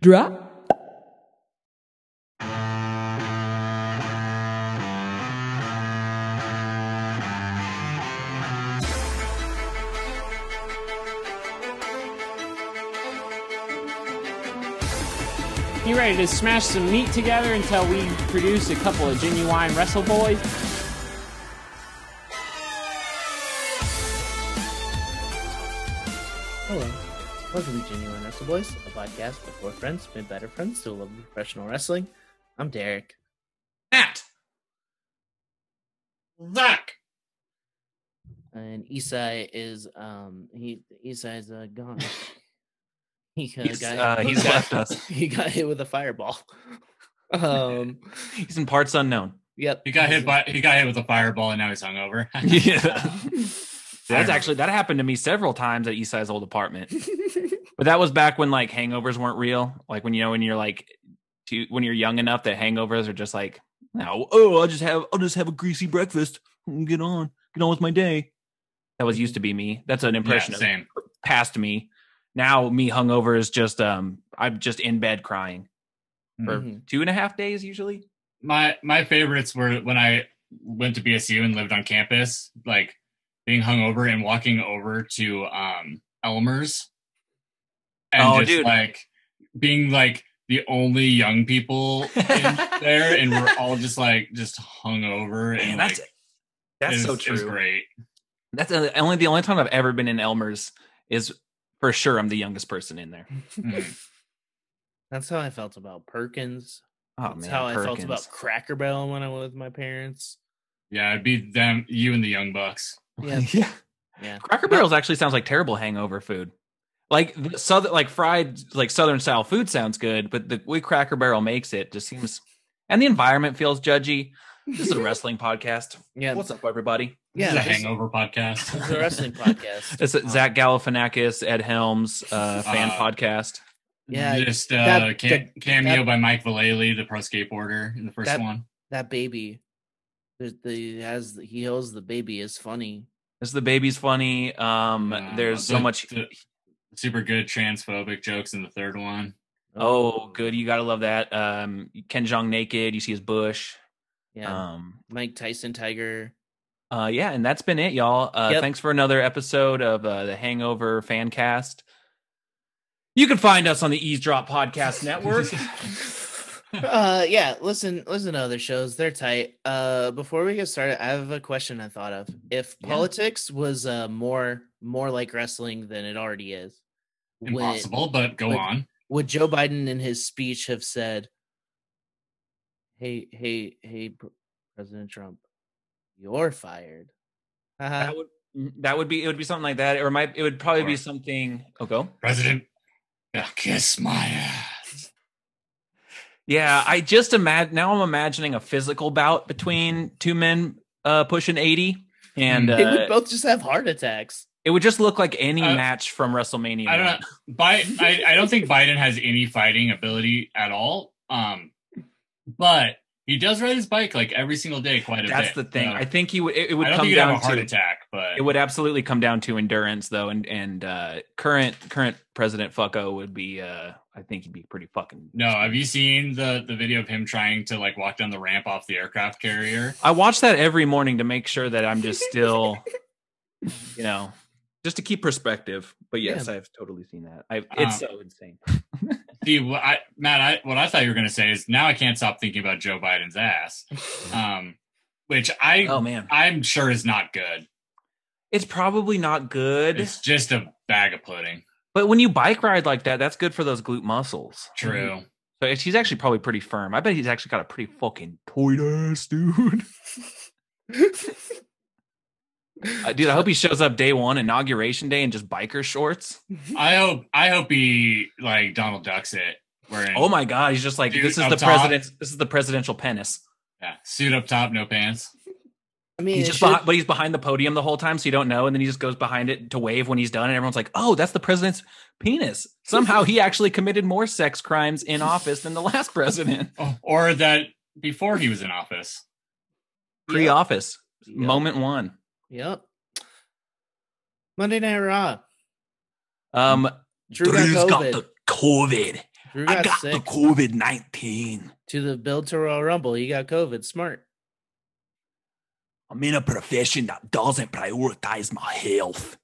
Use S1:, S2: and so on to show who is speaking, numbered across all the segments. S1: Drop.
S2: You ready to smash some meat together until we produce a couple of genuine wrestle boys?
S3: Hello. Welcome to Genuine Wrestle Boys, a podcast for four friends, made better friends who love professional wrestling. I'm Derek.
S4: Matt. Zach.
S3: And Isai is um he Isai's uh, gone. He uh, got,
S4: he's left us.
S3: he got hit with a fireball. Um
S5: He's in parts unknown.
S3: yep.
S4: He got hit by he got hit with a fireball and now he's hungover.
S5: yeah. That's actually that happened to me several times at Eastside's old apartment. but that was back when like hangovers weren't real. Like when you know when you're like too, when you're young enough that hangovers are just like no, oh, I'll just have I'll just have a greasy breakfast. and Get on. Get on with my day. That was used to be me. That's an
S4: Yeah,
S5: impression of
S4: same.
S5: past me. Now me hungover is just um I'm just in bed crying for
S3: Mhm.
S5: two and a half days usually.
S4: My my favorites were when I went to BSU and lived on campus, like being hungover and walking over to um Elmer's and
S5: Oh,
S4: just
S5: dude.
S4: like being like the only young people in there and we're all just like just hungover and
S5: Man, that's
S4: like,
S5: that's
S4: it
S5: so
S4: was- it was
S5: true.
S4: great.
S5: That's the only the only time I've ever been in Elmer's is for sure I'm the youngest person in there.
S4: Mm.
S3: That's how I felt about Perkins.
S5: Oh
S3: That's
S5: man,
S3: how I felt
S5: Perkins.
S3: about Cracker Barrel when I was with my parents.
S4: Yeah, it'd be them you and the young bucks.
S3: Yeah.
S5: yeah.
S3: Yeah.
S5: Cracker Barrels actually sounds like terrible hangover food. Like the southern, like fried, like southern style food sounds good, but the way Cracker Barrel makes it just seems, and the environment feels judgy. This is a wrestling podcast.
S3: Yeah.
S5: What's up, everybody?
S3: Yeah.
S4: this is a
S3: this-
S4: hangover podcast.
S3: It's a wrestling podcast.
S5: It's Zach Galifianakis, Ed Helms, uh, fan
S4: Uh,
S5: podcast.
S3: Yeah,
S4: just uh,
S3: that-
S4: ca-
S3: that-
S4: cameo
S3: that-
S4: by Mike Vallely, the pro skateboarder in the first
S3: That-
S4: one.
S3: that baby the, the has he holds the baby is funny
S5: This the baby's funny. Um,
S4: Uh,
S5: there's so
S4: the-
S5: much.
S4: the super good transphobic jokes in the third one.
S5: Oh, good. You gotta love that. Um, Ken Jong naked. You see his bush.
S3: yeah
S5: Um,
S3: mike tyson tiger
S5: uh, yeah, and that's been it, y'all. Uh,
S3: Yep.
S5: Thanks for another episode of uh, the Hangover Fan Cast. You can find us on the Eavesdrop Podcast Network.
S3: uh yeah listen listen to other shows they're tight uh before we get started i have a question i thought of if
S5: Yeah.
S3: politics was uh more more like wrestling than it already is would,
S4: Impossible, but go
S3: Wait.
S4: on.
S3: would joe biden in his speech have said hey hey hey Pr- president trump you're fired Haha.
S5: that would that would be it. Would be something like that, or it might it would probably be
S4: Or-
S5: something. Oh, go.
S4: President, yeah, kiss my ass.
S5: Yeah, I just imagine now. I'm imagining a physical bout between two men uh, pushing eighty, and
S3: they Mm. would
S5: uh,
S3: both just have heart attacks
S5: it would just look like any
S4: I-
S5: match from WrestleMania.
S4: I don't. Bi- I, I don't think Biden has any fighting ability at all. Um, but he does ride his bike like every single day, quite a
S5: That's
S4: bit.
S5: the thing.
S4: so
S5: I think he would. It, it
S4: I
S5: would
S4: don't
S5: come
S4: think he'd have
S5: down
S4: a heart
S5: to
S4: attack, but
S5: it would absolutely come down to endurance though, and and uh, current current President Fucko would be. Uh, I think he'd be pretty fucking.
S4: no. Have you seen the the video of him trying to like walk down the ramp off the aircraft carrier?
S5: I watch that every morning to make sure that I'm just still, you know, just to keep perspective. But yes, I've totally seen that. I it's
S4: Um,
S5: so insane.
S4: See, what I, Matt, I, what I thought you were going to say is now I can't stop thinking about Joe Biden's ass, um, which I
S5: Oh man,
S4: I'm sure is not good.
S5: it's probably not good.
S4: It's just a bag of pudding.
S5: but when you bike ride like that, that's good for those glute muscles.
S4: True.
S5: So it's- he's actually probably pretty firm. I bet he's actually got a pretty fucking toy ass, dude. Uh, dude, I hope he shows up day one, inauguration day, and just biker shorts.
S4: I hope I hope he like Donald Ducks it. Wearing
S5: Oh my god, he's just like
S4: Dude,
S5: this is
S4: up
S5: the
S4: top.
S5: president's. This is the presidential penis.
S4: yeah, suit up top, no pants.
S3: i mean
S5: He's
S3: it
S5: just
S3: should-
S5: behind, but he's behind the podium the whole time, so you don't know. And then he just goes behind it to wave when he's done, and everyone's like, "Oh, that's the president's penis." Somehow he actually committed more sex crimes in office than the last president.
S4: Oh, or that before he was in office.
S5: Pre-office
S3: Yep.
S5: moment one.
S3: Yep. Monday Night Raw.
S5: Um,
S3: Drew got
S5: Drew's
S3: COVID.
S5: COVID.
S3: Drew got, sick.
S5: COVID nineteen.
S3: to the build to Royal Rumble. He got COVID. Smart.
S5: I'm in a profession that doesn't prioritize my health.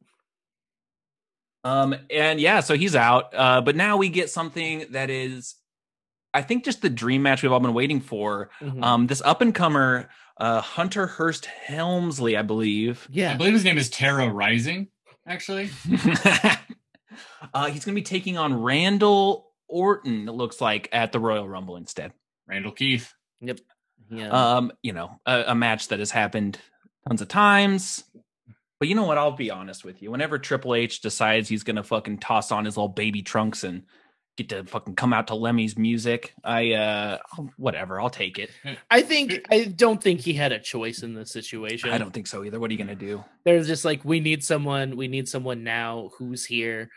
S5: Um, and yeah, so he's out. Uh, but now we get something that is, I think, just the dream match we've all been waiting for.
S3: Mhm.
S5: Um, this up and comer, uh, Hunter Hurst Helmsley, I believe.
S4: I
S3: yeah.
S4: believe his name is Tara Rising, actually.
S5: uh, he's going to be taking on Randall Orton. It looks like at the Royal Rumble instead.
S4: Randall Keith.
S3: Yeah.
S5: Um, you know, a, a match that has happened tons of times. But you know what? I'll be honest with you. Whenever Triple H decides he's gonna fucking toss on his little baby trunks and get to fucking come out to Lemmy's music, I uh, I'll- whatever. I'll take it.
S3: I think I don't think he had a choice in this situation.
S5: I don't think so either. What are you gonna do?
S3: They're just like, we need someone. We need someone now. Who's here?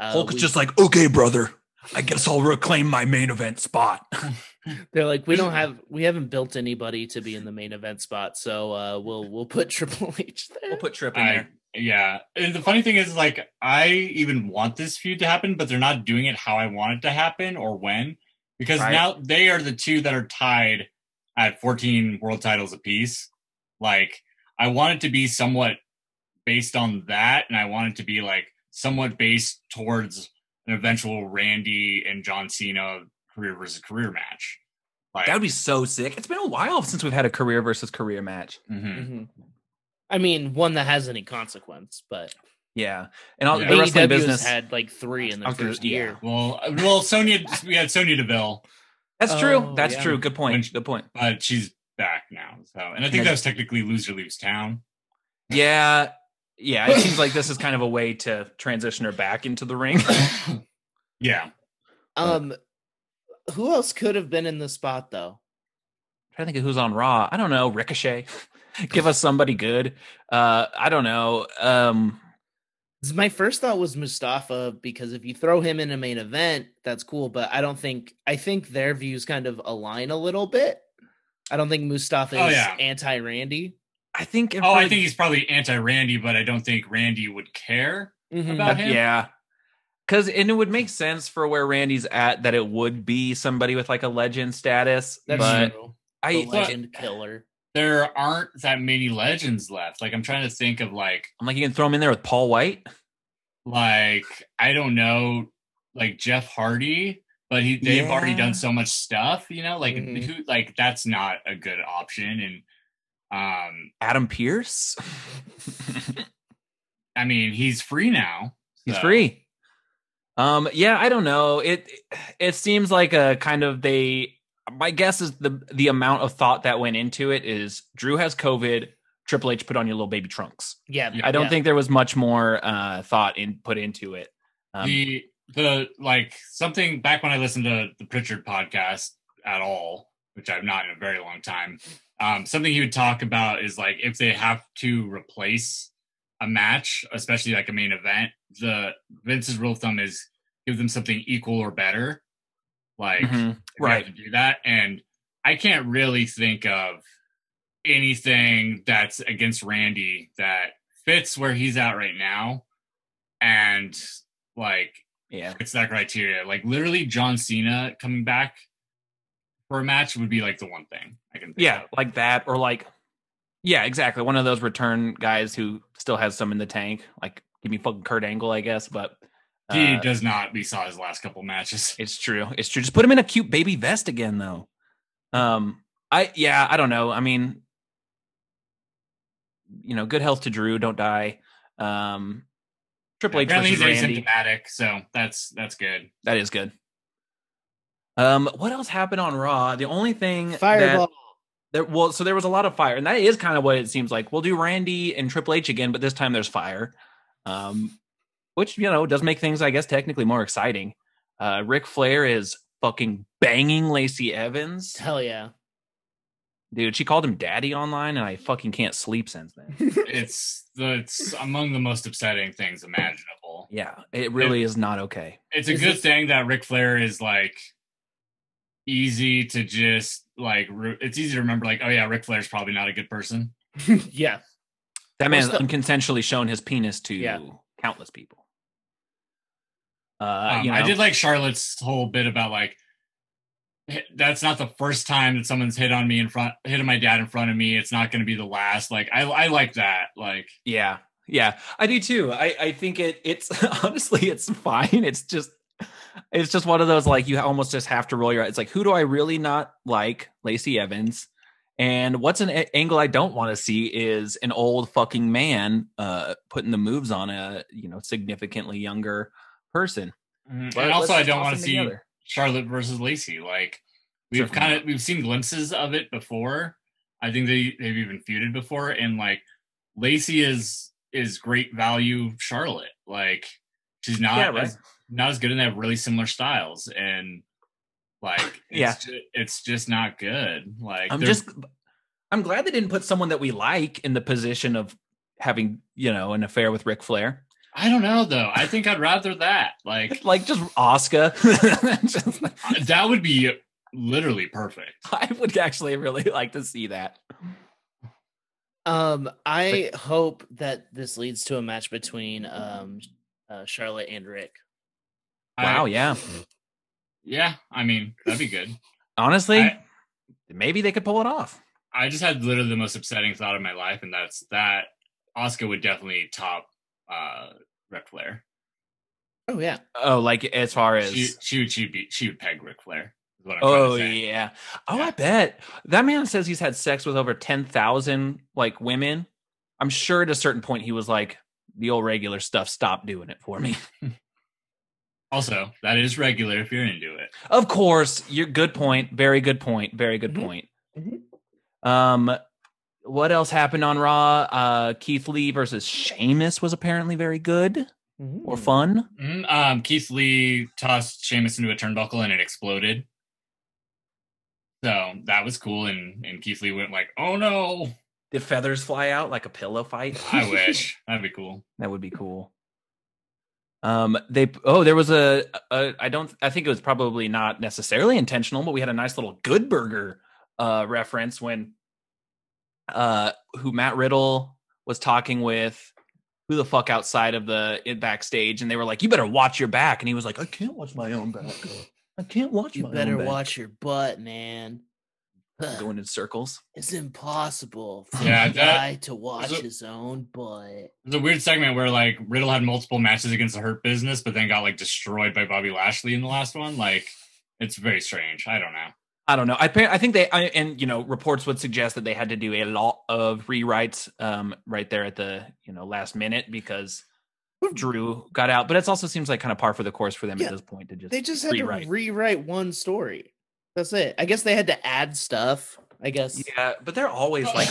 S3: Uh,
S5: Hulk's
S3: we-
S5: just like, okay, brother. I guess I'll reclaim my main event spot.
S3: they're like, we don't have. We haven't built anybody to be in the main event spot. So uh, we'll we'll put Triple H there.
S5: we'll put Trip in
S4: I
S5: there.
S4: yeah. And the funny thing is, like, I even want this feud to happen, but they're not doing it how I want it to happen or when, because
S5: Right.
S4: now they are the two that are tied at 14 world titles apiece. Like, I want it to be somewhat based on that, and I want it to be like somewhat based towards an eventual Randy and John Cena career versus career match. Like,
S5: That would be so sick. It's been a while since we've had a career versus career match.
S4: mhm.
S3: Mhm. I mean, one that has any consequence, but
S5: Yeah, and all
S4: Yeah.
S5: the
S3: AEW's
S5: wrestling business.
S3: E had like three in the
S5: I was gonna-
S3: first
S5: yeah.
S3: year.
S4: well, uh, well, Sonya, we had Sonya Deville.
S5: That's true.
S3: Oh,
S5: That's
S3: yeah.
S5: true. Good
S4: When-
S5: point. Good point.
S4: but she's back now. So, and I think that was technically loser leaves town.
S5: Yeah. Yeah. It seems like this is kind of a way to transition her back into the ring.
S4: yeah,
S3: Um, who else could have been in the spot though?
S5: trying to think of who's on Raw. I don't know. Ricochet. Give us somebody good. Uh, I don't know. Um,
S3: My first thought was Mustafa because if you throw him in a main event, that's cool. But I don't think I think their views kind of align a little bit. I don't think Mustafa is
S4: Oh, yeah.
S3: anti Randy.
S5: I think. if
S4: Oh, I
S5: we're-
S4: think he's probably anti-Randy, but I don't think Randy would care
S3: Mm-hmm.
S4: about him.
S5: Hmm. Yeah. Because and it would make sense for where Randy's at that it would be somebody with like a legend status,
S3: That's
S5: but
S3: true.
S5: I
S3: The legend killer.
S4: There aren't that many legends left. Like I'm trying to think of like
S5: I'm like you can throw him in there with Paul White.
S4: like I don't know like Jeff Hardy, but he they've
S5: Yeah. Hmm.
S4: already done so much stuff, you know, like
S3: Mhm.
S4: who like that's not a good option and um
S5: Adam Pierce.
S4: I mean, he's free now.
S5: He's
S4: so-
S5: free. Um, yeah, I don't know. It it seems like a kind of they. My guess is the the amount of thought that went into it is Drew has COVID. Triple H put on your little baby trunks.
S3: Yeah,
S5: I don't
S3: yeah.
S5: think there was much more uh, thought in put into it. Um,
S4: the the like something back when I listened to the Pritchard podcast at all, which I've not in a very long time. Um, something he would talk about is like if they have to replace a match, especially like a main event, the Vince's rule of thumb is give them something equal or better. Like
S5: mhm.
S4: if you have
S5: Right.
S4: to do that. And I can't really think of anything that's against Randy that fits where he's at right now. And like
S5: Yeah.
S4: it's that criteria. Like literally John Cena coming back for a match would be like the one thing I can think
S5: Yeah.
S4: of.
S5: Like that, or like, yeah, exactly. One of those return guys who still has some in the tank. Like, give me fucking Kurt Angle, I guess. But
S4: He
S5: uh,
S4: does not. We saw his last couple matches.
S5: It's true. It's true. Just put him in a cute baby vest again, though. Um, I yeah, I don't know. I mean, you know, good health to Drew. Don't die. Um, Triple H
S4: Apparently
S5: versus
S4: he's
S5: Randy.
S4: asymptomatic, so that's that's good.
S5: That is good. Um, what else happened on Raw? The only thing
S3: Fireball.
S5: that, that well, so there was a lot of fire, and that is kind of what it seems like. We'll do Randy and Triple H again, but this time there's fire. Um, which you know does make things, I guess, technically more exciting. Uh, Ric Flair is fucking banging Lacey Evans.
S3: Hell yeah.
S5: Dude, she called him daddy online, and I fucking can't sleep since then.
S4: It's the, it's among the most upsetting things imaginable.
S5: yeah, it really is not okay.
S4: it's a
S3: Is
S4: good
S3: it-
S4: thing that Ric Flair is like easy to just like re- it's easy to remember like oh yeah Ric Flair's probably not a good person
S3: yeah.
S5: That man
S3: What's
S5: has unconsensually shown his penis to
S3: Yeah.
S5: countless people. Uh,
S4: Um,
S5: you know,
S4: I did like Charlotte's whole bit about like "Hey, that's not the first time that someone's hit on me in front hit on my dad in front of me. It's not going to be the last. Like I I like that. Like
S5: Yeah. Yeah. I do too. I, I think it it's honestly it's fine. It's just it's just one of those like you almost just have to roll your eyes. It's like who do I really not like? Lacey Evans. And what's an a- angle I don't want to see is an old fucking man uh putting the moves on a, you know, significantly younger person.
S4: and also
S5: Mm-hmm.
S4: I
S5: let's
S4: don't
S5: toss them
S4: want to see
S5: together.
S4: Charlotte versus Lacey. Like we've
S5: Certainly
S4: kind of we've seen glimpses of it before. I think they they've even feuded before, and like Lacey is is great value Charlotte. Like she's not
S5: Yeah, right.
S4: as, not as good, and they have really similar styles, and like it's
S5: Yeah.
S4: ju- it's just not good. Like
S5: I'm
S4: there's-
S5: just I'm glad they didn't put someone that we like in the position of having, you know, an affair with Ric Flair.
S4: I don't know though. I think I'd rather that. Like
S5: Like just Oscar. just like,
S4: that would be literally perfect.
S5: I would actually really like to see that.
S3: Um, I hope that this leads to a match between um uh, Charlotte and Rick.
S4: I-
S5: Wow, yeah.
S4: yeah. I mean, that'd be good.
S5: Honestly,
S4: I-
S5: maybe they could pull it off.
S4: I just had literally the most upsetting thought of my life, and that's that Oscar would definitely top uh Ric Flair.
S3: Oh yeah,
S5: Oh, like as far as
S4: She, she would she would be she would peg Ric Flair. Is what I'm
S5: Oh
S4: trying to say.
S5: yeah. Oh,
S4: Yeah.
S5: I bet. That man says he's had sex with over 10,000 like women. I'm sure at a certain point he was like the old regular stuff stop doing it for me.
S4: Also, that is regular if you're into it.
S5: Of course, your good point. Very good point. Very good
S3: Mhm.
S5: point.
S3: Mhm.
S5: Um, what else happened on Raw? Uh, Keith Lee versus Sheamus was apparently very good
S3: Mm-hmm.
S5: or fun.
S4: Mm, um, Keith Lee tossed Sheamus into a turnbuckle and it exploded. So that was cool, and and Keith Lee went like, "Oh no,
S5: Did feathers fly out like a pillow fight?
S4: I wish that'd be cool."
S5: That would be cool. Um, they oh, there was a, a I don't I think it was probably not necessarily intentional, but we had a nice little Good Burger uh, reference when uh, who Matt Riddle was talking with who the fuck outside of the in backstage, and they were like, "You better watch your back," and he was like, "I can't watch my own back. I can't watch
S3: You
S5: my
S3: better
S5: own back."
S3: watch your butt, man. Ugh,
S5: Going in circles.
S3: it's impossible for
S4: Yeah,
S3: a
S4: that-
S3: guy to watch
S4: it-
S3: his own butt.
S4: There's a weird segment where like Riddle had multiple matches against the Hurt Business, but then got like destroyed by Bobby Lashley in the last one. Like, it's very strange. I don't know.
S5: I don't know. I pa- I think they I, and you know reports would suggest that they had to do a lot of rewrites um, right there at the you know last minute because Drew got out. But it also seems like kind of par for the course for them
S3: Yeah,
S5: at this point to just
S3: They just had
S5: Rewrite.
S3: to rewrite one story. That's it. I guess they had to add stuff. I guess.
S5: yeah. But they're always like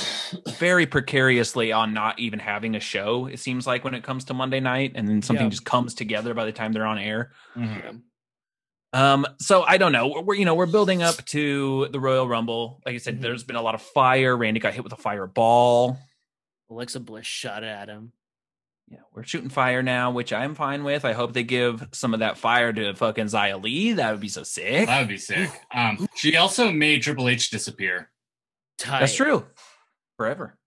S5: very precariously on not even having a show. It seems like when it comes to Monday night, and then something
S3: Yeah.
S5: just comes together by the time they're on air.
S4: Mhm.
S5: Um, so I don't know. We're you know we're building up to the Royal Rumble. Like I said,
S3: Mhm.
S5: there's been a lot of fire. Randy got hit with a fireball.
S3: Alexa Bliss shot at him.
S5: yeah, we're shooting fire now, which I'm fine with. I hope they give some of that fire to fucking Zia Lee. That would be so sick.
S4: That would be sick. Um, she also made Triple H disappear.
S5: That's
S3: Tight.
S5: true. Forever.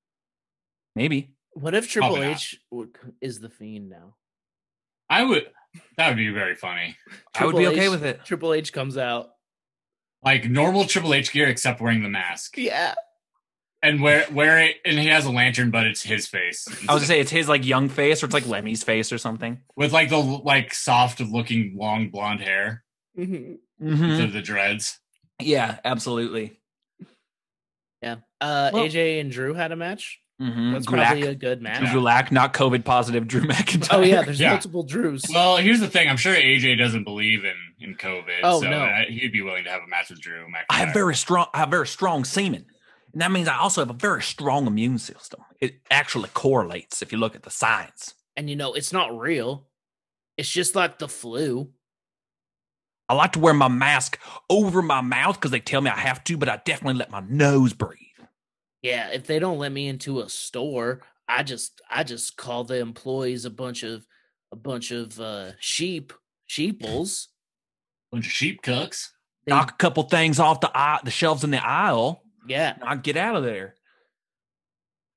S5: Maybe.
S3: What if Triple
S4: Probably not.
S3: H would- is the fiend now?
S4: I would. That would be very funny.
S5: I would be
S3: Triple
S5: okay
S3: H
S5: with it.
S3: Triple H comes out.
S4: Like normal Triple H gear, except wearing the mask
S3: Yeah.
S4: and wear wear it. And he has a lantern, but it's his face
S5: I was gonna say it's his like young face or it's like Lemmy's face or something.
S4: with like the like soft looking long blonde hair
S3: Mhm.
S4: instead
S5: Mm-hmm.
S4: of the dreads.
S5: Yeah, absolutely.
S3: Yeah. Uh,
S5: Well-
S3: AJ and Drew had a match.
S5: Mm-hmm.
S3: That's probably a good match.
S4: Yeah.
S5: Drew Lack, not COVID positive Drew McIntyre.
S3: Oh yeah, there's
S4: Yeah.
S3: multiple Drews.
S4: Well, here's the thing. I'm sure AJ doesn't believe in in COVID,
S3: Oh,
S4: so
S3: no.
S4: I, he'd be willing to have a match with Drew. McIntyre.
S5: I have very strong I have very strong semen. And that means I also have a very strong immune system. It actually correlates if you look at the science.
S3: and you know, it's not real. It's just like the flu.
S5: I like to wear my mask over my mouth because they tell me I have to, but I definitely let my nose breathe.
S3: Yeah, if they don't let me into a store, I just I just call the employees a bunch of a bunch of uh sheep, sheeples.
S4: bunch of sheep cucks.
S3: They-
S5: Knock a couple things off the aisle, the shelves in the aisle,
S3: yeah.
S5: and I get out of there.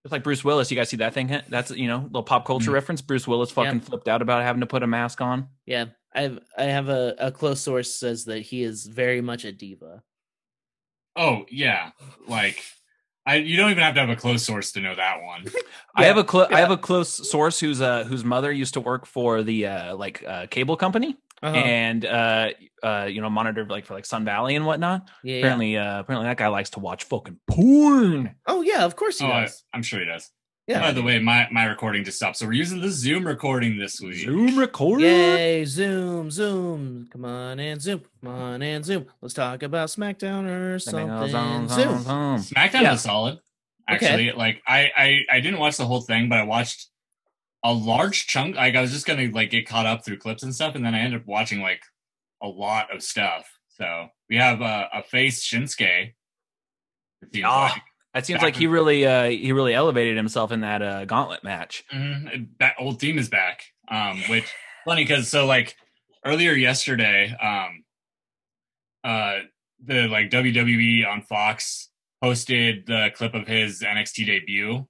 S5: Just like Bruce Willis, you guys
S3: Mm-hmm.
S5: see that thing? That's you know, little pop culture
S4: Mm.
S5: reference. Bruce Willis fucking flipped out about having to put a mask on.
S3: Yeah. I've I have a, a close source says that he is very much a diva.
S4: Oh yeah, like I you don't even have to have a close source to know that one.
S5: I
S3: Yeah,
S5: have a clo- I
S3: yeah.
S5: have a close source whose uh, whose mother used to work for the uh, like uh, cable company
S3: Oh.
S5: and uh, uh, you know monitored like for like Sun Valley and whatnot.
S3: yeah, yeah.
S5: Apparently, uh, apparently that guy likes to watch fucking porn.
S3: Oh yeah, of course he
S4: Oh, I,
S3: does.
S4: I'm sure he does.
S3: Yeah.
S4: By the way, my my recording just stopped, so we're using the Zoom recording this week.
S5: Zoom record.
S3: Yay, zoom, zoom. Come on and zoom. Come on and zoom. Let's talk about SmackDown or something.
S5: Zoom, zoom,
S3: Zoom.
S5: zoom.
S4: SmackDown
S5: Yeah.
S4: was solid.
S3: Okay.
S4: Actually, like I, I I didn't watch the whole thing, but I watched a large chunk. Like I was just gonna like get caught up through clips and stuff, and then I ended up watching like a lot of stuff. So we have uh, a face Shinsuke. it seems
S5: Ah.
S4: like.
S5: That seems like he really uh, he really elevated himself in that uh, gauntlet match.
S4: Mhm. That old theme is back. Um, which funny because so like earlier yesterday, um, uh, the like WWE on Fox posted the clip of his NXT debut,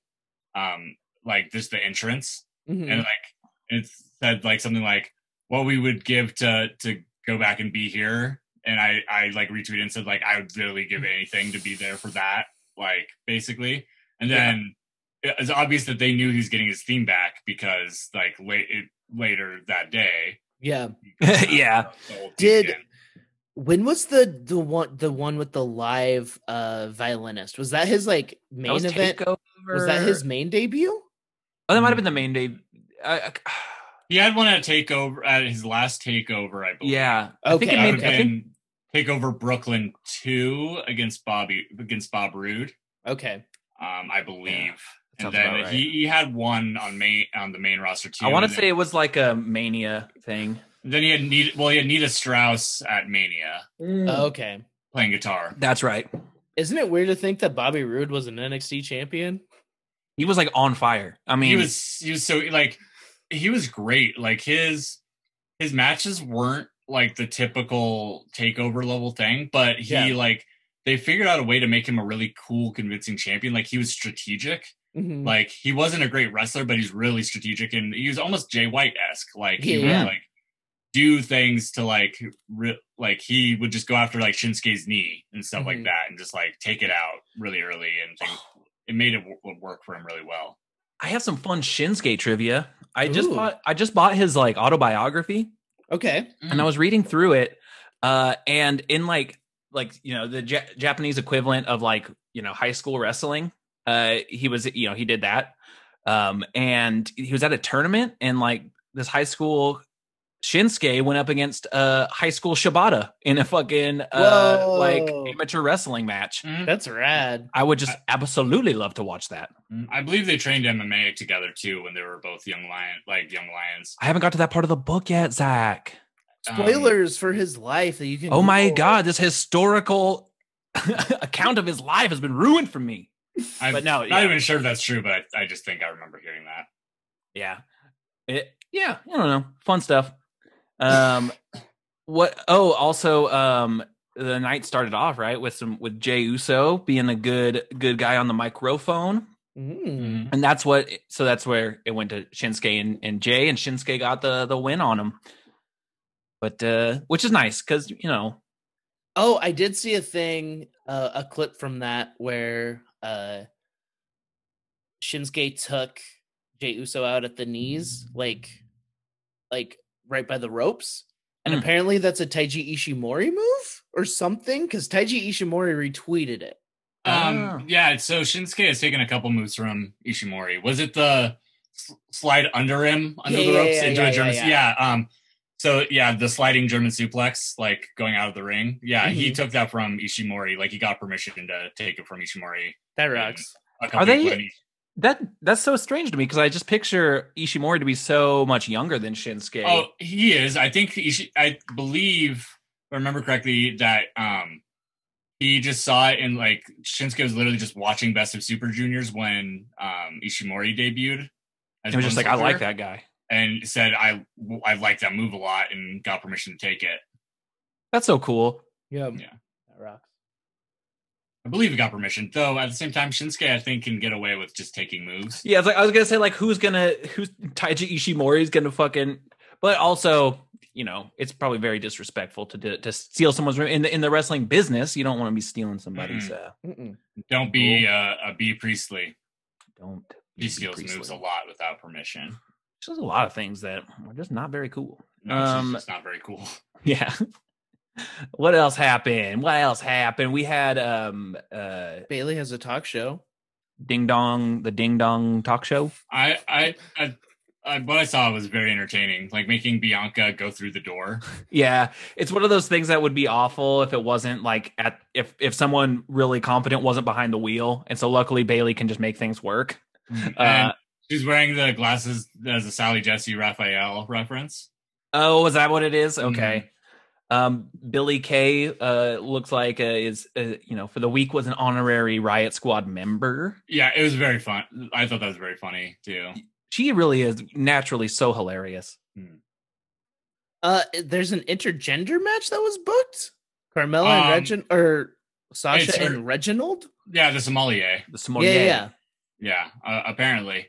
S4: um, like just the entrance, and
S3: Mhm.
S5: Hmm.
S4: like it said like something like what we would give to to go back and be here, and I I like retweeted and said like I would really
S5: Hmm.
S4: give anything to be there for that, like basically, and then it's obvious that they knew he was getting his theme back because like late it, later that day.
S3: Yeah.
S5: yeah,
S4: the whole theme
S3: Did-
S4: again.
S3: When was the the one the one with the live uh violinist? Was that his like
S5: that was
S3: main event?
S5: takeover.
S3: Was that his main debut?
S5: Oh, that might
S4: Mm-hmm.
S5: have been the main day. I- I-
S4: he had one at takeover at his last takeover? I believe.
S5: yeah, I think
S3: Okay.
S5: it
S4: that
S5: made.
S4: would
S5: I
S4: have
S5: think
S4: been takeover Brooklyn two against Bobby against Bob Roode.
S3: Okay.
S4: Um, I believe.
S5: that
S4: and
S5: sounds
S4: then
S5: about right.
S4: he, he had one on main on the main roster too.
S5: I want
S4: and
S5: to say it
S4: then,
S5: was like a mania thing.
S4: then he had Nita, well he had Nita Strauss at Mania
S5: Hmm.
S3: Mm. Okay.
S4: playing guitar.
S5: Oh. That's right.
S3: Isn't it weird to think that Bobby Roode was an NXT champion?
S5: He was like on fire. I mean,
S4: he was he was so like he was great. Like his his matches weren't like the typical takeover level thing, but he
S3: Yeah.
S4: like they figured out a way to make him a really cool, convincing champion. Like he was strategic.
S3: Mhm.
S4: Like he wasn't a great wrestler, but he's really strategic and he was almost Jay White esque. Like he
S5: Yeah.
S4: would like do things to like re- like he would just go after like Shinsuke's knee and stuff like
S3: Mhm.
S4: that, and just like take it out really early and things. It made it w- work for him really well.
S5: I have some fun Shinsuke trivia. I just
S3: Ooh.
S5: bought I just bought his like autobiography
S3: Okay.
S5: and I was reading through it uh and in like like you know the ja- Japanese equivalent of like you know high school wrestling uh he was you know he did that um and he was at a tournament and like this high school Shinsuke went up against uh high school Shibata in a fucking uh
S3: Whoa.
S5: like amateur wrestling match.
S4: Mhm.
S3: That's rad.
S5: I would just absolutely love to watch that.
S4: Mm, I believe they trained MMA together too when they were both young lion, like young lions.
S5: I haven't got to that part of the book yet, Zach.
S4: Um,
S3: Spoilers for his life that you can
S5: Oh my
S3: Google.
S5: God, this historical account of his life has been ruined for me.
S4: I'm
S5: But no,
S4: not
S5: yeah.
S4: even sure if that's true, but I, I just think I remember hearing that.
S5: Yeah. It, yeah, I don't know. Fun stuff. Um what oh also um the night started off right with some with Jay Uso being a good good guy on the microphone.
S3: Mm.
S5: And that's what so that's where it went to Shinsuke and, and Jay and Shinsuke got the the win on him. But uh which is nice because you know
S3: Oh, I did see a thing, uh, a clip from that where uh, Shinsuke took Jey Uso out at the knees, like, like right by the ropes, and
S5: Mm.
S3: apparently that's a Taiji Ishimori move or something, because Taiji Ishimori retweeted it.
S5: Ah.
S4: Um, yeah, so Shinsuke has taken a couple moves from Ishimori. Was it the s- slide under him under
S3: Yeah,
S4: the
S3: yeah,
S4: ropes
S3: yeah,
S4: into
S3: yeah,
S4: a German?
S3: yeah,
S4: Yeah, um, so yeah, the sliding German suplex, like going out of the ring. Yeah,
S5: Mm-hmm.
S4: he took that from Ishimori. Like he got permission to take it from Ishimori.
S3: That rocks.
S4: A couple
S5: they-
S4: people in Ish-
S5: that that's so strange to me because I just picture Ishimori to be so much younger than Shinsuke.
S4: Oh, he is. I think he should, I believe if I remember correctly that um he just saw it in like Shinsuke was literally just watching Best of Super Juniors when um Ishimori debuted. as
S5: it was just like I
S4: Gunslinger
S5: like that guy.
S4: and said I I like that move a lot and got permission to take it.
S5: That's so cool.
S3: Yeah,
S4: Yeah.
S3: that rocks.
S4: I believe he got permission, though. At the same time, Shinsuke I think can get away with just taking moves.
S5: Yeah, it's like I was gonna say like who's gonna who's Taiji Ishimori is gonna fucking but also you know, it's probably very disrespectful to to, to steal someone's room in the in the wrestling business. You don't want to be stealing
S4: Mm-hmm.
S5: somebody's. Uh,
S3: Mm-mm.
S4: Don't be uh, a B Priestley.
S5: don't.
S4: She steals moves a lot without permission.
S5: She does a lot of things that are just not very cool.
S4: No,
S5: Um,
S4: she's just not very cool.
S5: Yeah. what else happened? What else happened? We had um uh
S3: Bailey has a talk show.
S5: Ding Dong, the Ding Dong talk show.
S4: I, I, I, I, what I saw was very entertaining. Like making Bianca go through the door.
S5: Yeah, it's one of those things that would be awful if it wasn't like at if if someone really confident wasn't behind the wheel. And so luckily Bailey can just make things work. Uh,
S3: Mm-hmm.
S4: And she's wearing the glasses as a Sally Jesse Raphael reference.
S5: oh, is that what it is?
S3: Mm-hmm.
S5: Okay. Um, Billy Kay uh, looks like uh, is uh, you know for the week was an honorary Riot Squad member.
S4: Yeah, it was very fun. I thought that was very funny too.
S5: She really is naturally so hilarious.
S3: Uh, there's an intergender match that was booked. Carmella
S4: Um,
S3: and Reginald, or
S4: it's
S3: Sasha
S4: her-
S3: and Reginald.
S4: Yeah, the sommelier.
S5: The
S3: yeah,
S5: sommelier.
S3: yeah, yeah.
S4: Yeah, uh, apparently.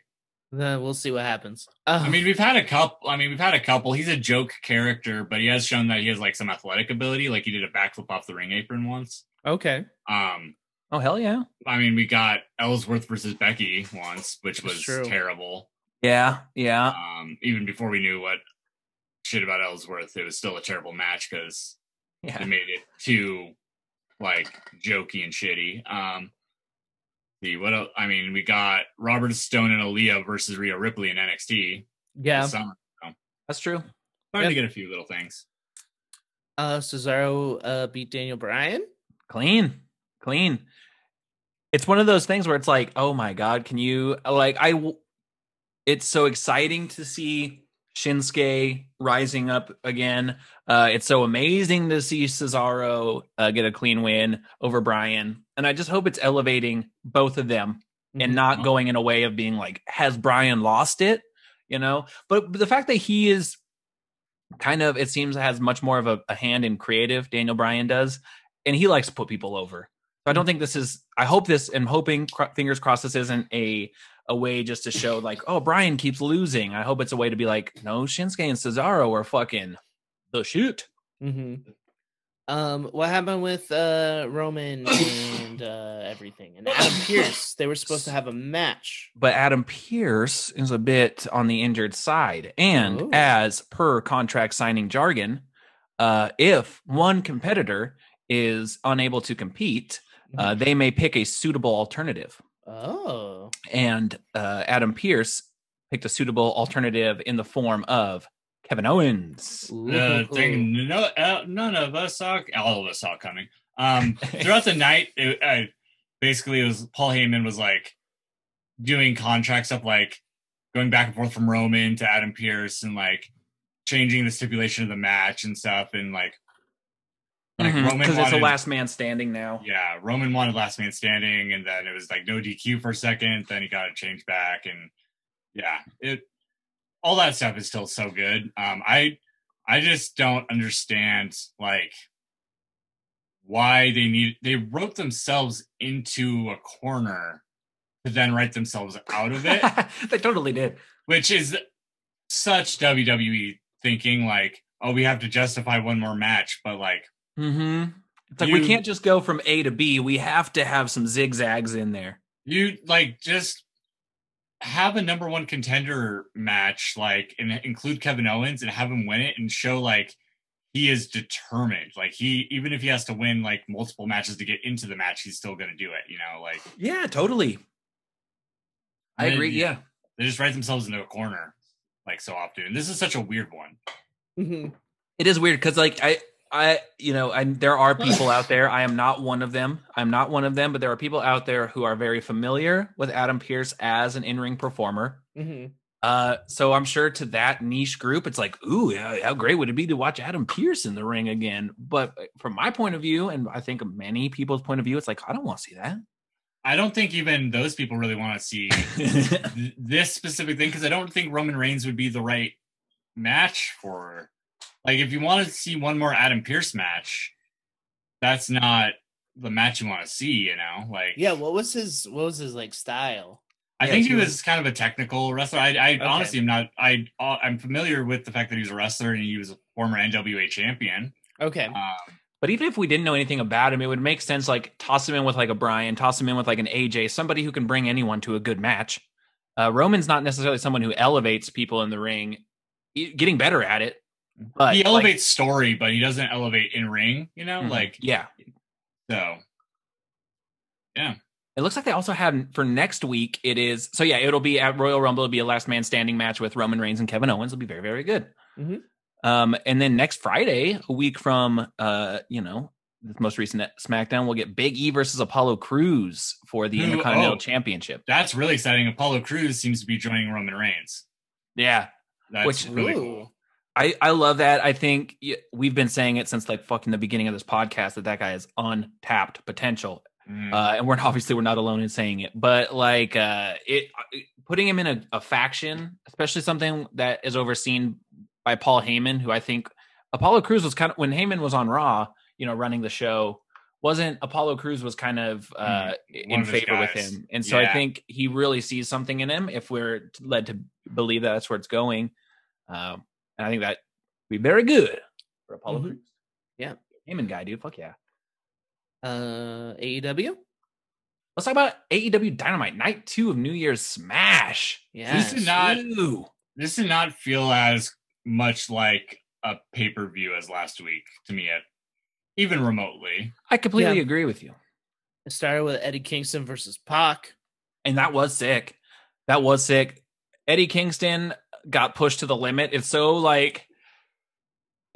S3: Then we'll see what happens. Uh,
S4: I mean, we've had a couple. I mean, we've had a couple. He's a joke character, but he has shown that he has like some athletic ability. Like he did a backflip off the ring apron once.
S3: okay.
S4: Um,
S5: Oh hell yeah.
S4: I mean, we got Ellsworth versus Becky once, which
S3: That's
S4: was
S3: true.
S4: terrible.
S5: Yeah, yeah.
S4: Um, even before we knew what shit about Ellsworth, it was still a terrible match because
S5: Yeah.
S4: they made it too like jokey and shitty. Um, the what el- I mean, we got Robert Stone and Aaliyah versus Rhea Ripley in NXT.
S3: Yeah.
S4: This summer.
S5: That's true.
S4: Starting
S3: Yeah.
S4: to get a few little things.
S3: Uh, Cesaro uh, beat Daniel Bryan.
S5: Clean. Clean. It's one of those things where it's like, "Oh my god, can you like I w- it's so exciting to see Shinsuke rising up again. Uh it's so amazing to see Cesaro uh, get a clean win over Brian. And I just hope it's elevating both of them and not going in a way of being like, has Brian lost it? You know, but but the fact that he is kind of, it seems, has much more of a, a hand in creative, Daniel Bryan does, and he likes to put people over. So I don't think this is, I hope this, and hoping, cr- fingers crossed, this isn't a, a way just to show like, oh, Brian keeps losing. I hope it's a way to be like, no, Shinsuke and Cesaro are fucking the shoot.
S3: hmm
S4: Mm-hmm.
S3: Um, what happened with uh Roman and uh everything and Adam Pierce? They were supposed to have a match.
S5: But Adam Pierce is a bit on the injured side. And
S3: Ooh.
S5: as per contract signing jargon, uh, if one competitor is unable to compete, uh, they may pick a suitable alternative.
S3: Oh,
S5: And uh, Adam Pierce picked a suitable alternative in the form of Kevin Owens.
S4: the
S3: Ooh.
S4: Uh, thing no uh, none of us saw all of us saw coming um throughout the night it, I, basically it was paul heyman was like doing contract stuff like going back and forth from roman to adam pierce and like changing the stipulation of the match and stuff and like Like,
S5: Mhm,
S4: Roman
S5: it's a
S4: wanted-
S5: last man standing now.
S4: yeah roman wanted last man standing and then it was like no dq for a second then he got it changed back and yeah it all that stuff is still so good um i i just don't understand like why they need they wrote themselves into a corner to then write themselves out of it
S5: they totally did.
S4: which is such wwe thinking like oh we have to justify one more match but like
S5: hmm It's like
S4: You-
S5: we can't just go from A to B. We have to have some zigzags in there.
S4: You like just have a number one contender match, like, and include Kevin Owens and have him win it and show like he is determined. Like he, even if he has to win like multiple matches to get into the match, he's still going to do it. You know, like
S5: Yeah, totally. I
S4: And
S5: agree.
S4: then-
S5: Yeah.
S4: they just write themselves into a corner like so often. And this is such a weird one.
S3: Mhm.
S5: It is weird because, like, I, I, you know, I, there are people out there. I am not one of them. I'm not one of them, but there are people out there who are very familiar with Adam Pierce as an in ring performer.
S3: Mhm.
S5: Uh, so I'm sure to that niche group, it's like, ooh, yeah, how great would it be to watch Adam Pierce in the ring again? But uh, from my point of view, and I think many people's point of view, it's like, I don't want to see
S4: I don't think even those people really want to see
S5: that.
S4: th- this specific thing because I don't think Roman Reigns would be the right match for. Like, if you want to see one more Adam Pierce match, that's not the match you want to see. You know, like
S3: Yeah, what was his what was his like style?
S4: I
S3: Yeah,
S4: think
S3: he
S4: he
S3: was-
S4: was, kind of a technical wrestler. I, I honestly am not. I uh, I'm familiar with the fact that he was a wrestler and he was a former NWA champion.
S3: Okay.
S4: Um,
S5: But even if we didn't know anything about him, it would make sense like toss him in with like a Brian, toss him in with like an AJ, somebody who can bring anyone to a good match. Uh, Roman's not necessarily someone who elevates people in the ring, he- getting better at it. But
S4: he
S5: like,
S4: elevates story, but he doesn't elevate in ring. You know,
S5: Mhm.
S4: like
S5: yeah.
S4: so.
S5: It looks like they also have for next week. It is so yeah. It'll be at Royal Rumble. It'll be a last man standing match with Roman Reigns and Kevin Owens. It'll be very very good.
S3: Mhm.
S5: Um, and then next Friday, a week from uh, you know, the most recent SmackDown, we'll get Big E versus Apollo Cruz for the
S4: Ooh,
S5: Intercontinental
S4: oh.
S5: Championship.
S4: That's really exciting. Apollo Cruz seems to be joining Roman Reigns.
S5: Yeah,
S4: That's
S5: Which-
S4: really
S3: Ooh.
S4: cool.
S5: I I love that. I think y- we've been saying it since like fucking the beginning of this podcast that that guy is untapped potential
S4: Mm.
S5: uh, and we're obviously we're not alone in saying it, but like uh, it putting him in a, a faction, especially something that is overseen by Paul Heyman, who I think Apollo Cruz was kind of when Heyman was on Raw, you know, running the show. Wasn't Apollo Cruz was kind of uh, in
S4: Mm-hmm. of his
S5: favor with
S4: guys.
S5: him, and so I
S4: Yeah.
S5: think he really sees something in him. If we're led to believe that that's where it's going, um, and I think that would be very good for Apollo
S3: Mhm.
S5: Cruz.
S3: Yeah.
S5: Heyman guy, dude, fuck yeah.
S3: Uh, AEW.
S5: Let's talk about AEW Dynamite Night Two of New Year's Smash.
S3: Yeah.
S4: This is not-
S5: Ooh.
S4: this did not feel as much like a pay per view as last week to me, at, even remotely.
S5: I completely
S3: Yeah.
S5: agree with you,
S3: It started with Eddie Kingston versus Pac.
S5: and that was sick. That was sick. Eddie Kingston got pushed to the limit. It's so like,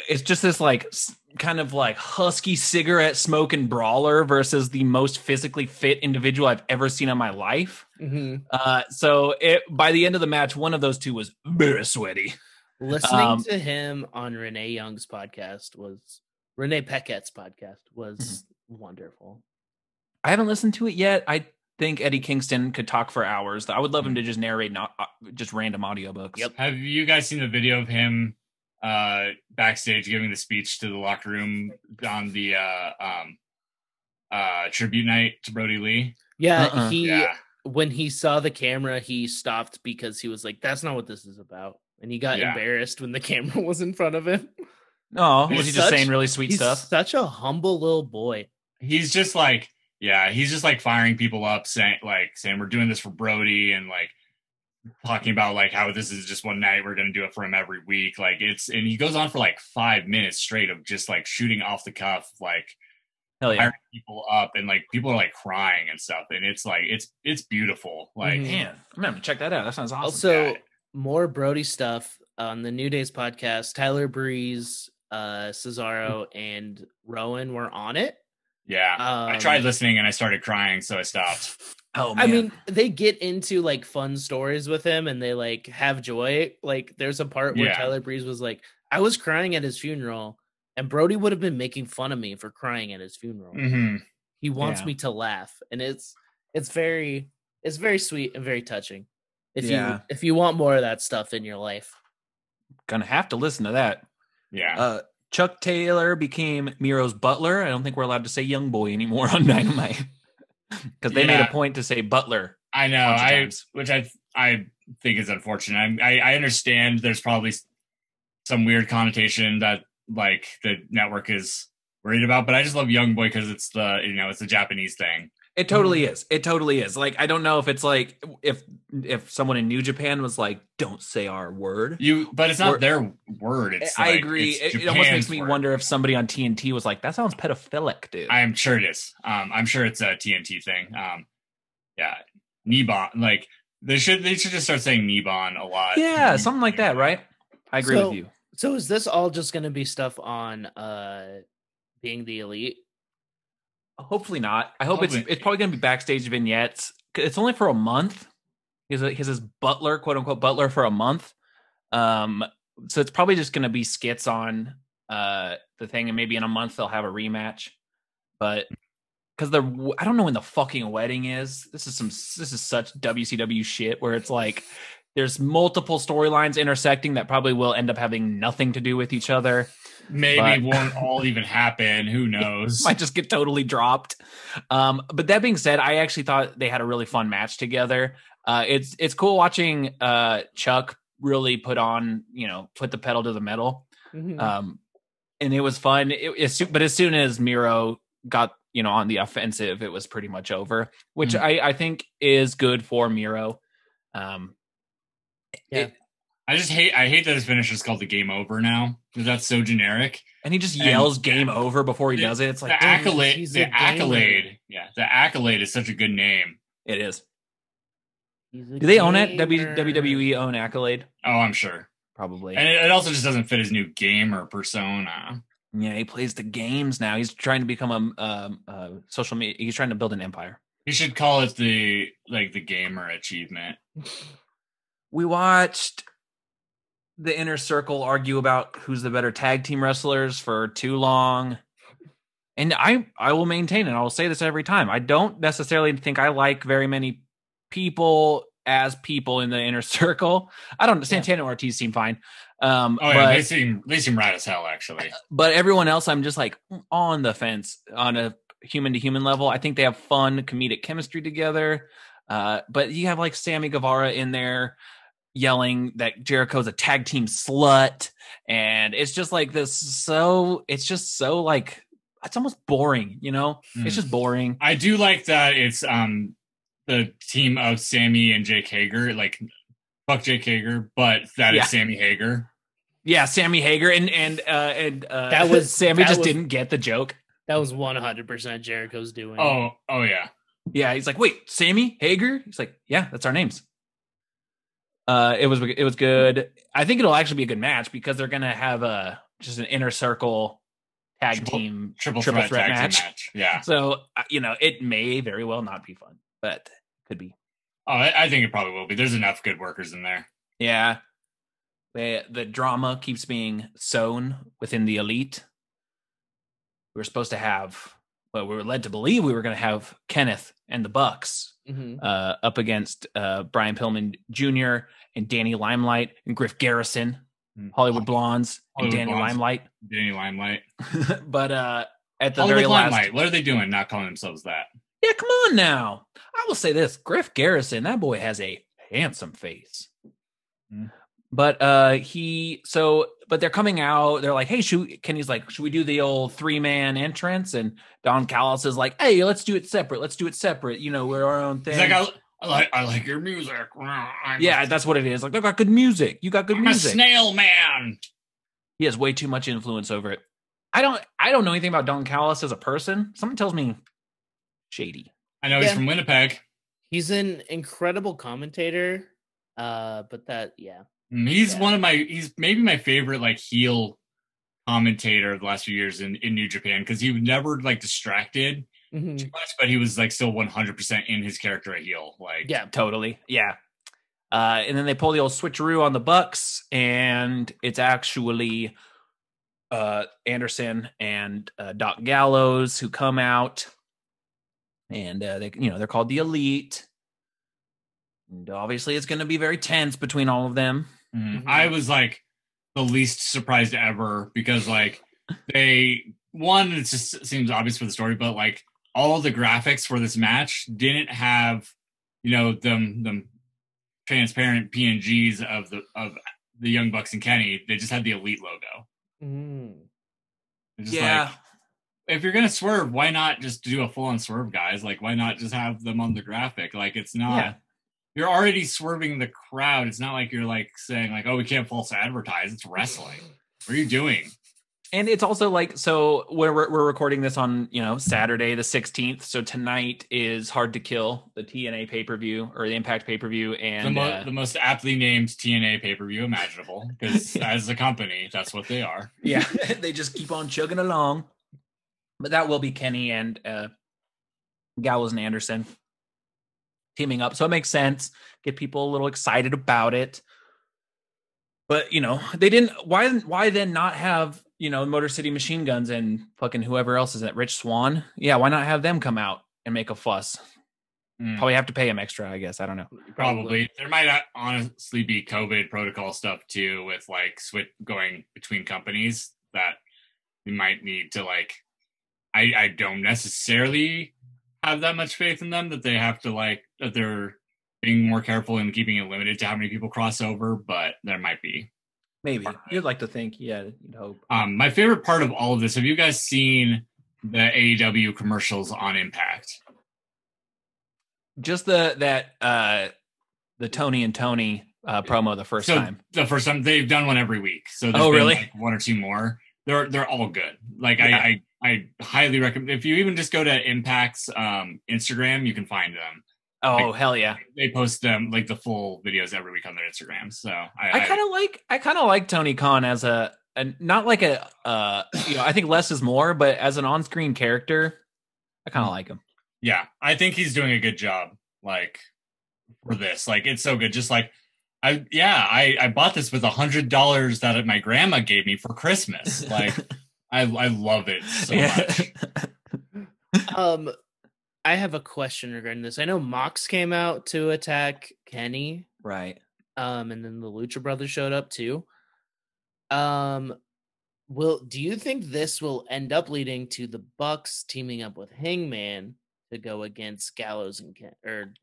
S5: it's just this like s- kind of like husky cigarette smoking brawler versus the most physically fit individual I've ever seen in my life.
S4: Mm-hmm.
S3: Mhm.
S5: Uh, so it by the end of the match, one of those two was very sweaty.
S3: Listening
S5: Um,
S3: to him on Renee Young's podcast was Renee Peckette's podcast was
S5: Mm-hmm.
S3: wonderful.
S5: I haven't listened to it yet. I think Eddie Kingston could talk for hours. I would love him to just narrate not uh, just random audiobooks.
S3: Yep.
S4: Have you guys seen the video of him uh, backstage giving the speech to the locker room on the uh, um, uh, tribute night to Brody Lee?
S3: Yeah,
S5: Uh-uh.
S3: he
S4: Yeah,
S3: when he saw the camera, he stopped because he was like, "That's not what this is about,, and he got
S4: Yeah.
S3: embarrassed when the camera was in front of him.
S5: No,
S4: He's
S5: was he just
S3: such-
S5: saying really sweet
S3: He's
S5: stuff?
S3: such a humble little boy.
S4: he's just like, yeah, he's just like firing people up, saying like, saying we're doing this for Brody, and like talking about like how this is just one night, we're gonna do it for him every week. Like it's, and he goes on for like five minutes straight of just like shooting off the cuff, like
S5: Hell yeah,
S4: firing people up, and like people are like crying and stuff, and it's like it's it's beautiful, like.
S3: Mhm.
S5: man! I'm gonna have to check that out. That sounds awesome.
S3: also,
S4: Yeah.
S3: more Brody stuff on the New Days podcast. Tyler Breeze, uh, Cesaro,
S5: Mm-hmm.
S3: and Rowan were on it.
S4: Yeah.
S3: Um,
S4: I tried listening and I started crying, so I stopped.
S5: oh
S3: I
S5: man,
S3: mean, they get into like fun stories with him and they like have joy. Like, there's a part where
S4: Yeah.
S3: Tyler Breeze was like, I was crying at his funeral, and Brody would have been making fun of me for crying at his funeral.
S4: hmm
S3: He wants
S5: Mm, Yeah.
S3: me to laugh. And it's it's very it's very sweet and very touching. If you
S5: Yeah.
S3: if you want more of that stuff in your life.
S5: gonna have to listen to that.
S4: Yeah.
S5: Uh, Chuck Taylor became Miro's butler. I don't think we're allowed to say young boy anymore on Dynamite because they made
S4: Yeah.
S5: a point to say butler.
S4: I know.
S5: a bunch of
S4: I
S5: times.
S4: which I I think is unfortunate. I, I I understand there's probably s- some weird connotation that like the network is worried about, but I just love Young Boy because it's the you know it's the Japanese thing.
S5: It totally is. It totally is. Like I don't know if it's like if if someone in New Japan was like, "Don't say our word."
S4: You, but it's
S5: We're-
S4: not their word. It's
S5: I
S4: like,
S5: agree.
S4: it's
S5: It, it almost makes
S4: Japan's
S5: me
S4: word.
S5: wonder if somebody on TNT was like, "That sounds pedophilic, dude."
S4: I am sure it is. Um, I'm sure it's a TNT thing. Um, yeah, Nibon. Like they should they should just start saying Nibon a lot.
S5: yeah, something like that, right? I agree
S3: So-
S5: with you.
S3: So is this all just gonna be stuff on uh being the elite?
S5: Hopefully not. I hope it's
S4: Hopefully.
S5: it's probably going to be backstage vignettes. 'Cause It's only for a month. He's a, he's his butler, quote unquote butler, for a month. Um, so it's probably just going to be skits on uh the thing, and maybe in a month they'll have a rematch. But because the I don't know when the fucking wedding is. This is some this is such WCW shit where it's like There's multiple storylines intersecting that probably will end up having nothing to do with each other.
S4: Maybe
S5: But-
S4: won't all even happen. Who knows?
S5: might just get totally dropped. Um, but that being said, I actually thought they had a really fun match together. Uh, it's it's cool watching uh, Chuck really put on, you know, put the pedal to the metal.
S3: Mhm.
S5: Um, and it was fun. It, as soo- but as soon as Miro got you know on the offensive, it was pretty much over, which
S4: Mm.
S5: I I think is good for Miro. Um,
S4: I just hate. I hate that his finish is called the game over now because that's so generic.
S5: and he just
S4: And-
S5: yells "game over" before he
S4: The-
S5: does it. It's like
S4: the
S5: "Damn,
S4: accolade.
S3: he's
S4: The
S3: a gamer.
S4: accolade. Yeah, the accolade is such a good name.
S5: it is.
S3: He's a
S5: Do they own it?
S3: gamer.
S5: W- E? WWE own accolade
S4: Oh, I'm sure.
S5: probably.
S4: And it, it also just doesn't fit his new game or persona.
S5: Yeah, he plays the games now. He's trying to become a um, uh, social media. He's trying to build an empire.
S4: He should call it the like the gamer achievement.
S5: We watched the inner circle argue about who's the better tag team wrestlers for too long. And I I will maintain and I will say this every time. I don't necessarily think I like very many people as people in the inner circle. I don't Santana and Ortiz seem fine. Um
S4: Oh yeah,
S5: but-
S4: they seem they seem right as hell actually.
S5: but everyone else i'm just like on the fence on a human to human level i think they have fun comedic chemistry together uh, but you have like sammy guevara in there yelling that jericho's a tag team slut and it's just like this so it's just so like it's almost boring you know
S3: Mm.
S5: it's just boring
S4: I do like that it's um the team of Sammy and Jake Hager, like fuck Jake Hager, but that is
S5: Yeah.
S4: Sammy Hager.
S5: yeah sammy hager and and uh and uh
S3: That was-
S5: sammy
S3: that
S5: just
S3: was-
S5: didn't get the joke
S3: That was one hundred percent Jericho's doing.
S4: Oh, oh yeah.
S5: Yeah, he's like, wait, Sammy Hager. He's like, yeah, that's our names. Uh, it was it was good. I think it'll actually be a good match because they're gonna have a just an inner circle tag
S4: Triple-
S5: team.
S4: Triple,
S5: Triple
S4: threat,
S5: threat
S4: tag team
S5: match.
S4: match. Yeah.
S5: So uh, you know, it may very well not be fun, but could be.
S4: Oh, I, I think it probably will be. There's enough good workers in there.
S5: Yeah, they, the drama keeps being sown within the elite. We were supposed to have, well, we were led to believe we were gonna have Kenneth and the Bucks
S3: Mhm.
S5: uh, up against uh, Brian Pillman Jr. and Danny Limelight and Griff Garrison,
S4: Mm.
S5: Hollywood Blondes and
S4: Hollywood
S5: Danny
S4: Blondes.
S5: Limelight.
S4: Danny Limelight.
S5: but uh, at the
S4: Hollywood
S5: very last,
S4: Limelight. What are they doing? Not calling themselves that.
S5: yeah, come on now. I will say this: Griff Garrison, that boy has a handsome face.
S4: Mm.
S5: But uh he so but they're coming out, they're like, hey, should Kenny's like, should we do the old three-man entrance? And Don Callis is like, hey, let's do it separate, let's do it separate. You know, we're our own thing.
S4: He's like, I, I like I like your music. I'm
S5: yeah, that's what it is. Like, they got good music. You got good
S4: I'm a
S5: music.
S4: snail man.
S5: he has way too much influence over it. I don't I don't know anything about Don Callis as a person. Someone tells me shady.
S4: I know
S3: Yeah.
S4: he's from Winnipeg.
S3: He's an incredible commentator. Uh, but that yeah.
S4: Mm, He's
S3: Yeah.
S4: one of my he's maybe my favorite like heel commentator of the last few years in, in New Japan because he was never like distracted
S3: Mhm.
S4: too much, but he was like still 100 percent in his character at heel. Like
S3: Yeah.
S5: Totally. Yeah. Uh, and then they pull the old switcheroo on the Bucks, and it's actually uh, Anderson and uh, Doc Gallows who come out, and uh, they you know they're called the Elite. And obviously, it's going to be very tense between all of them.
S4: mm,
S3: Mhm.
S4: I was like the least surprised ever because like they one it just seems obvious for the story, but like all the graphics for this match didn't have you know them them transparent PNGs of the of the Young Bucks and Kenny. They just had the Elite logo.
S3: Mhm.
S4: It's just like if you're gonna swerve, why not just do a full on swerve, guys? Like, why not just have them on the graphic? Like, it's not.
S5: Yeah.
S4: You're already swerving the crowd. It's not like you're like saying like, "Oh, we can't false advertise." It's wrestling. What are you doing?
S5: and it's also like so we're we're we're recording this on you know Saturday the 16th so tonight is hard to kill the TNA pay-per-view or the Impact pay-per-view
S4: the,
S5: and
S4: mo-
S5: uh,
S4: the most aptly named TNA pay per view imaginable, because as a company, that's what they are.
S5: yeah they just keep on chugging along but that will be Kenny and uh Gallows and Anderson teaming up so it makes sense get people a little excited about it but you know they didn't why why then not have you know motor city machine guns and fucking whoever else is that rich swan yeah why not have them come out and make a fuss
S4: Mm,
S5: Probably have to pay him extra, I guess. I don't know.
S4: probably. There might uh, honestly be COVID protocol stuff too, with like switch going between companies that you might need to like. I I don't necessarily have that much faith in them that they have to like that they're being more careful and keeping it limited to how many people cross over, but there might be.
S5: Maybe. You'd like to think, yeah, you'd hope.
S4: Um, my favorite part of all of this, have you guys seen the AEW commercials on Impact?
S5: Just the that uh the Tony and Tony uh promo the first
S4: so
S5: time.
S4: the first time they've done one every week. So there's
S5: Oh,
S4: been,
S5: really?
S4: like, one or two more. They're they're all good. Like
S5: Yeah.
S4: I, I I highly recommend if you even just go to Impact's um Instagram, you can find them.
S5: Oh hell yeah.
S4: They post them like the full videos every week on their Instagram. So I,
S5: I kind of like I kind of like Tony Khan as a and not like a uh you know I think less is more, but as an on-screen character, I kind of like him.
S4: yeah i think he's doing a good job like for this like it's so good just like i yeah i i bought this with a hundred dollars that my grandma gave me for christmas like i i love it so much
S3: Um, I have a question regarding this. I know Mox came out to attack Kenny,
S5: right.
S3: um, and then the Lucha Brothers showed up too. Um, will do you think this will end up leading to the Bucks teaming up with Hangman to go against Gallows and Ken or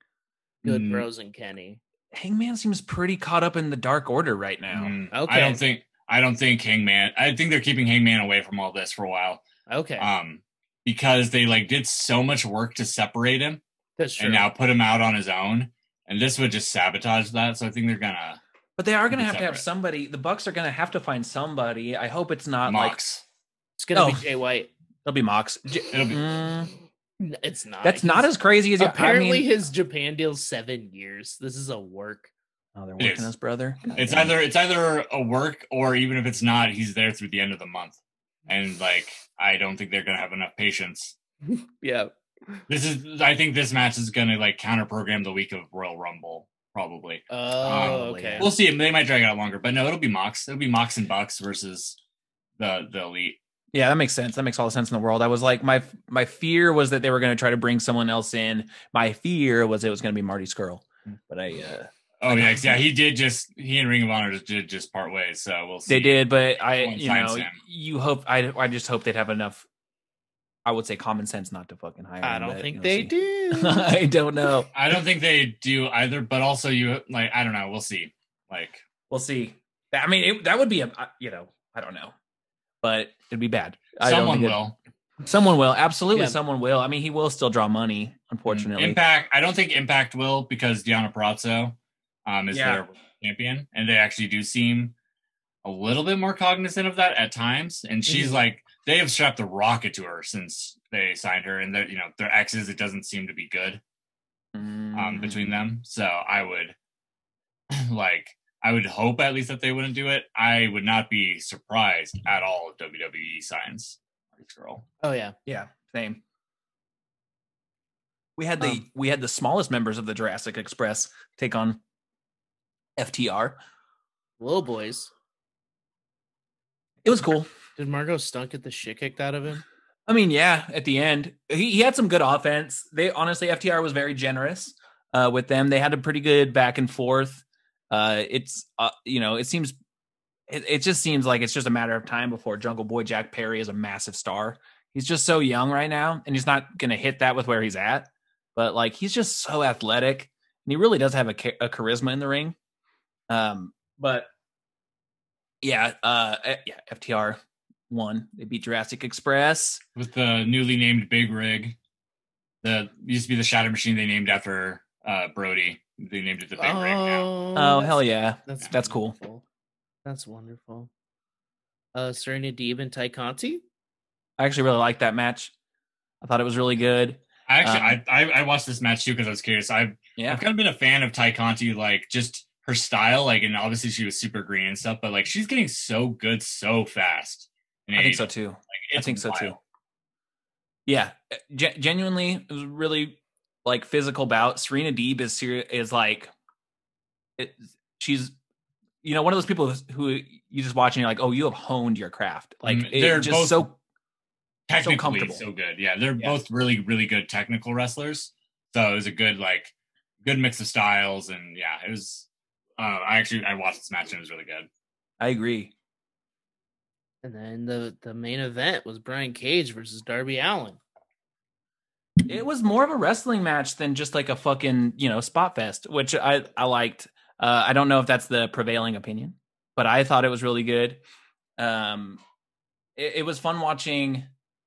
S3: Good
S4: Mm.
S3: Bros and Kenny?
S5: Hangman seems pretty caught up in the Dark Order right now.
S4: Mm, i
S3: Okay.
S4: don't think i don't think hangman i think they're keeping hangman away from all this for a while
S3: Okay,
S4: um because they like did so much work to separate him
S3: that's true.
S4: and now put him out on his own and this would just sabotage that so i think they're gonna
S5: But they are going to
S4: Be
S5: have to have
S4: separate.
S5: somebody. The Bucks are going to have to find somebody. I hope it's not like
S4: mox
S3: it's gonna
S5: oh.
S3: be Jay White.
S5: it'll be Mox. J-
S4: It'll be-
S5: Mm,
S3: N- It's not.
S5: that's not
S3: He's-
S5: as crazy as
S3: apparently
S5: I mean,
S3: his Japan deal's seven years. This is a work.
S5: oh, they're
S4: It
S5: working
S4: is.
S5: his brother.
S4: It's either it's either a work or even if it's not, he's there through the end of the month. And like I don't think they're gonna have enough patience.
S3: Yeah.
S4: This is I think this match is gonna like counter program the week of Royal Rumble, probably.
S3: Oh,
S5: Probably,
S3: okay.
S5: yeah.
S4: We'll see. They might drag it out longer, but no, it'll be Mox. It'll be Mox and Bucks versus the the elite.
S5: Yeah, that makes sense. That makes all the sense in the world. I was like, my my fear was that they were going to try to bring someone else in. My fear was it was going to be Marty Skrull, but I uh,
S4: Oh yeah, yeah. He did just he and Ring of Honor just did just part ways, so we'll see.
S5: they did. But I,
S4: Well,
S5: you
S4: time's
S5: know,
S4: him.
S5: you hope I I just hope they'd have enough. I would say common sense not to fucking hire.
S3: I
S5: him,
S3: don't
S5: but,
S3: think
S5: you know,
S3: they
S5: see.
S3: do.
S5: I don't know.
S4: I don't think they do either, but also you like I don't know, we'll see. Like
S5: We'll see. I mean, it, that would be a I- you know I don't know, but it'd be bad. I don't
S4: someone
S5: think it-
S4: will.
S5: Someone will absolutely.
S3: Yeah.
S5: Someone will. I mean, he will still draw money. Unfortunately,
S4: Mm, Impact. I don't think Impact will because Deanna Prato um, is
S5: Yeah.
S4: their champion, and they actually do seem a little bit more cognizant of that at times. And she's
S3: Mhm.
S4: like, they have strapped a rocket to her since they signed her, and they're you know their exes. It doesn't seem to be good um,
S5: Mm.
S4: between them. So I would like. I would hope at least that they wouldn't do it. I would not be surprised at all if WWE signs this girl.
S3: oh yeah.
S5: Yeah, same. We had the
S3: Um,
S5: we had the smallest members of the Jurassic Express take on FTR.
S3: Little boys.
S5: It was cool.
S3: Did Margot Stunt get the shit kicked out of him?
S5: I mean, yeah, at the end, he, he had some good offense. They honestly, FTR was very generous uh, with them. They had a pretty good back and forth. Uh, it's, uh, you know, it seems, it, it just seems like it's just a matter of time before Jungle Boy Jack Perry is a massive star. He's just so young right now, and he's not going to hit that with where he's at. But like, he's just so athletic, and he really does have a, cha- a charisma in the ring. Um, but yeah, uh, eh, yeah, FTR won. They beat Jurassic Express.
S4: with the newly named Big Rig. The used to be the Shadow Machine. They named after uh, Brody. They named it the Big Rig now.
S5: Oh
S3: that's-
S5: hell yeah!
S3: That's
S5: That's cool.
S3: wonderful. That's wonderful. Uh, Serena Deeb and Ty Conti.
S5: I actually really liked that match. I thought it was really good.
S4: I actually,
S5: Um,
S4: I, I I watched this match too because I was curious. I've
S5: Yeah,
S4: I've kind of been a fan of Ty Conti, like just her style, like and obviously she was super green and stuff, but like she's getting so good so fast. in
S5: I think so
S4: AEW.
S5: too.
S4: It's
S5: I think so too.
S4: wild.
S5: Yeah, Gen- genuinely, it was really like physical bout. Serena Deeb is ser- is like, it, she's you know one of those people who you just watch and you're like, oh, you have honed your craft. Like
S4: Mm,
S5: it
S4: they're
S5: just
S4: both-
S5: so
S4: Technically, so,
S5: comfortable.
S4: good. Yeah, they're
S5: Yeah.
S4: both really really good technical wrestlers. So it was a good like good mix of styles, and yeah, it was. Uh, I actually I watched this match and it was really good.
S5: I agree.
S3: And then the the main event was Brian Cage versus Darby Allen.
S5: It was more of a wrestling match than just like a fucking you know spot fest, which I I liked. Uh, I don't know if that's the prevailing opinion, but I thought it was really good. Um, it, it was fun watching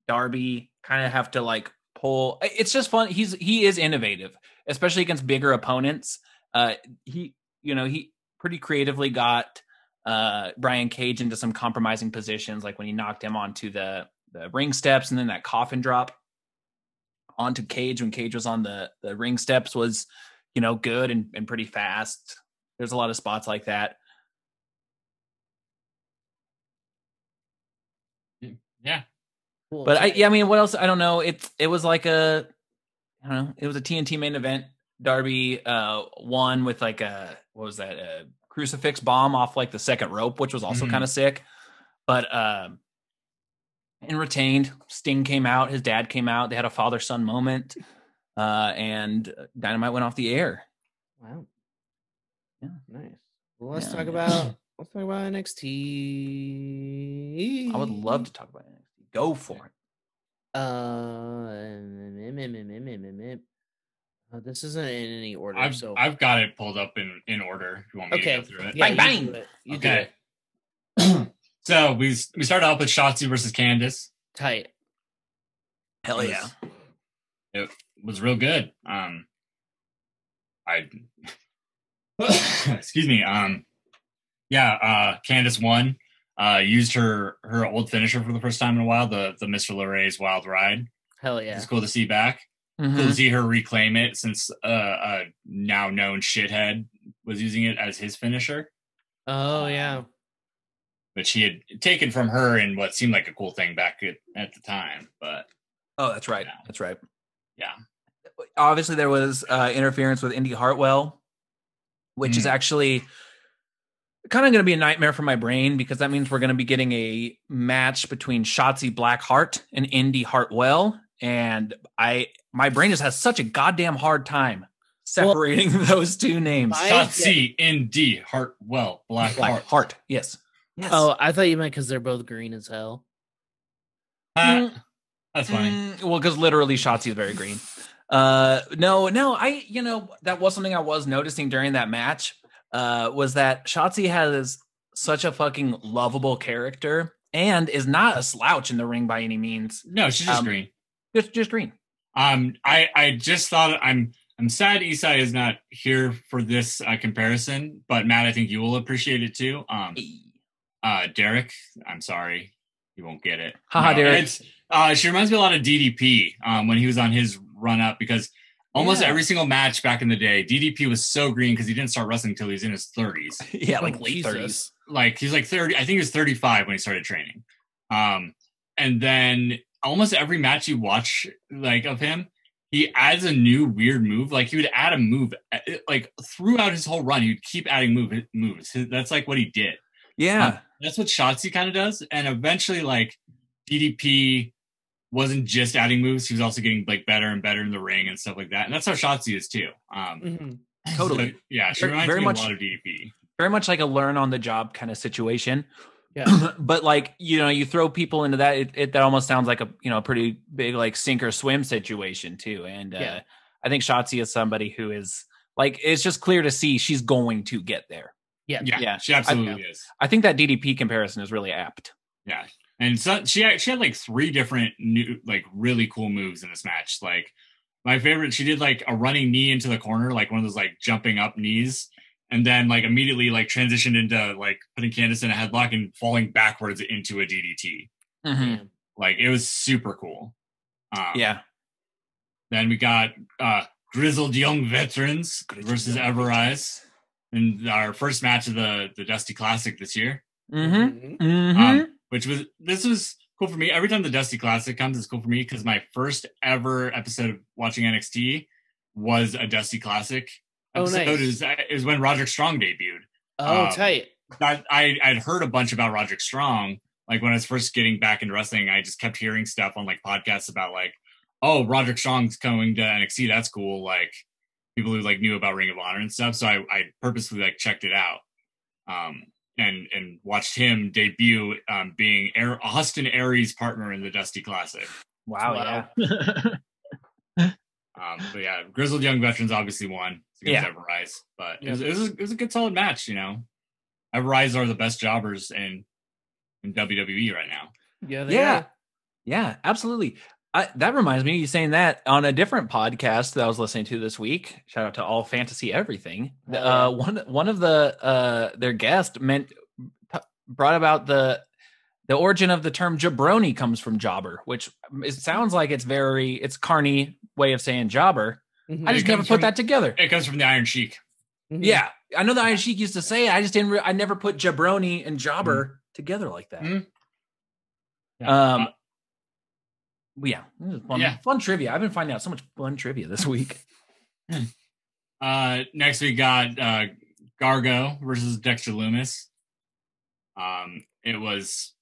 S5: Darby kind of have to like pull. It's just fun. He's he is innovative, especially against bigger opponents. Uh, he you know he pretty creatively got uh, Brian Cage into some compromising positions, like when he knocked him onto the, the ring steps and then that coffin drop onto Cage when Cage was on the, the ring steps was, you know, good and, and pretty fast. There's a lot of spots like that.
S4: Yeah,
S3: Cool.
S5: But I, yeah, I mean, what else? I don't know. It, it was like a, I don't know, it was a TNT main event. Darby uh, won with like a, what was that? A crucifix bomb off like the second rope, which was also
S4: Mhm.
S5: kind of sick. But, um, and retained. Sting came out. His dad came out. They had a father son moment. Uh, and Dynamite went off the air.
S3: Wow.
S5: Yeah.
S3: Nice. Well, let's
S5: Yeah,
S3: talk
S5: yeah.
S3: about let's talk about NXT.
S5: I would love to talk about NXT. Go for it.
S3: Uh, mm, mm, mm, mm, mm, mm, mm. Uh, this isn't in any order.
S4: I've
S3: so
S4: I've got it pulled up in in order. If you want me
S3: Okay.
S4: to go through it?
S3: Yeah,
S5: Bang, bang.
S3: You do it. You do
S4: Okay.
S3: it.
S4: so we we started off with Shotzi versus Candice.
S3: Tight.
S5: Hell yeah.
S4: It was real good. Um, I excuse me. Um, yeah. Uh, Candice won. Uh, used her her old finisher for the first time in a while. The the Mister Lorraine's Wild Ride.
S3: Hell yeah.
S4: It's cool to see back. Cool
S5: Mm-hmm.
S4: to see her reclaim it since uh, a now known shithead was using it as his finisher.
S3: Oh yeah.
S4: But she had taken from her in what seemed like a cool thing back at, at the time. But
S5: Oh, that's right.
S4: Yeah.
S5: That's right.
S4: Yeah.
S5: Obviously, there was uh, interference with Indy Hartwell, which is
S4: Mm.
S5: actually kind of going to be a nightmare for my brain because that means we're going to be getting a match between Shotzi Blackheart and Indy Hartwell, and I my brain just has such a goddamn hard time separating those two names.
S3: I-
S4: Shotzi, ND, Hartwell, Black Heart.
S5: Blackheart, yes. Yes.
S3: Oh, I thought you meant because they're both green as hell.
S4: Huh? That's funny.
S5: Mm, well, because literally Shotzi is very green. Uh, no, no, I, you know, that was something I was noticing during that match. Uh, was that Shotzi has such a fucking lovable character and is not a slouch in the ring by any means.
S4: No, she's just
S5: Um,
S4: green.
S5: Just, just green.
S4: Um, I I just thought I'm I'm sad Isai is not here for this uh, comparison, but Matt, I think you will appreciate it too. Um, uh, Derek, I'm sorry, you won't get it.
S5: Haha, Derek.
S4: it's- Uh, she reminds me a lot of DDP um, when he was on his run up because almost
S5: Yeah.
S4: every single match back in the day, DDP was so green because he didn't start wrestling until he was in his 30s.
S5: Yeah, like
S3: Oh,
S5: late
S3: Jesus.
S5: thirties.
S4: like he's like 30 i think he was 35 when he started training um and then almost every match you watch like of him he adds a new weird move like he would add a move eh, eh, like throughout his whole run he'd keep adding move, moves His- that's like what he did
S5: Yeah,
S4: that's what Shotzi kind of does and eventually like DDP wasn't just adding moves he was also getting like better and better in the ring and stuff like that and that's how Shotzi is too um
S3: Mhm.
S5: Totally.
S4: so, yeah she
S5: Very-
S4: reminds
S5: very
S4: me
S5: much-
S4: a lot of DDP
S5: very much like a learn on the job kind of situation.
S3: Yeah.
S5: but like you know, you throw people into that. It, it that almost sounds like a you know a pretty big like sink or swim situation too. And uh,
S3: Yeah.
S5: I think Shotzi is somebody who is like it's just clear to see she's going to get there.
S3: Yeah.
S4: yeah,
S5: Yeah.
S4: she absolutely is
S5: I think that DDP comparison is really apt.
S4: And so she had, she had like three different new like really cool moves in this match. Like my favorite, she did like a running knee into the corner, like one of those like jumping up knees, and then like immediately like transitioned into like putting Candice in a headlock and falling backwards into a DDT. Mm-hmm.
S3: Damn.
S4: Like it was super cool. Um,
S5: Yeah,
S4: Then we got uh grizzled young veterans versus Everrise in our first match of the the Dusty Classic this year.
S5: mm-hmm.
S3: Mhm.
S5: Mm-hmm.
S4: Um, which was this was cool for me. Every time the Dusty Classic comes, it's cool for me because my first ever episode of watching NXT was a Dusty Classic
S3: Oh,
S4: episode.
S3: nice.
S4: It, was, it was when Roderick Strong debuted.
S3: Oh,
S4: Um,
S3: tight.
S4: That I I'd heard a bunch about Roderick Strong. Like when I was first getting back into wrestling, I just kept hearing stuff on like podcasts about like, oh, Roderick Strong's coming to NXT. That's cool. Like people who like knew about Ring of Honor and stuff. So I, I purposely like checked it out. Um, and and watched him debut um, being Air, Austin Aries' partner in the Dusty Classic.
S5: Wow, yeah.
S4: Um, but yeah, Grizzled Young Veterans obviously won against yeah. Everrise, but it, was, it, was a, it was a good solid match. You know, Everrise are the best jobbers in in WWE right now.
S3: Yeah, they
S5: yeah,
S3: are.
S5: yeah, absolutely. I, that reminds me, you saying that on a different podcast that I was listening to this week. Shout out to All Fantasy Everything.
S4: Oh,
S5: Uh, one one of the uh, their guest meant brought about the the origin of the term jabroni comes from jobber, which it sounds like it's very it's carny way of saying jobber.
S3: Mhm.
S5: I just
S4: It
S5: never
S4: comes
S5: put
S4: from-
S5: that together.
S4: It comes from the Iron Sheik.
S3: Mhm.
S5: Yeah, I know the Iron Sheik used to say it. I just didn't. Re- I never put jabroni and jobber together like that.
S4: Mm. Yeah.
S5: Um.
S4: Uh,
S5: well, yeah, this is fun,
S4: Yeah.
S5: fun trivia. I've been finding out so much fun trivia this week.
S4: Uh, next we got uh, Gargo versus Dexter Loomis. Um, it was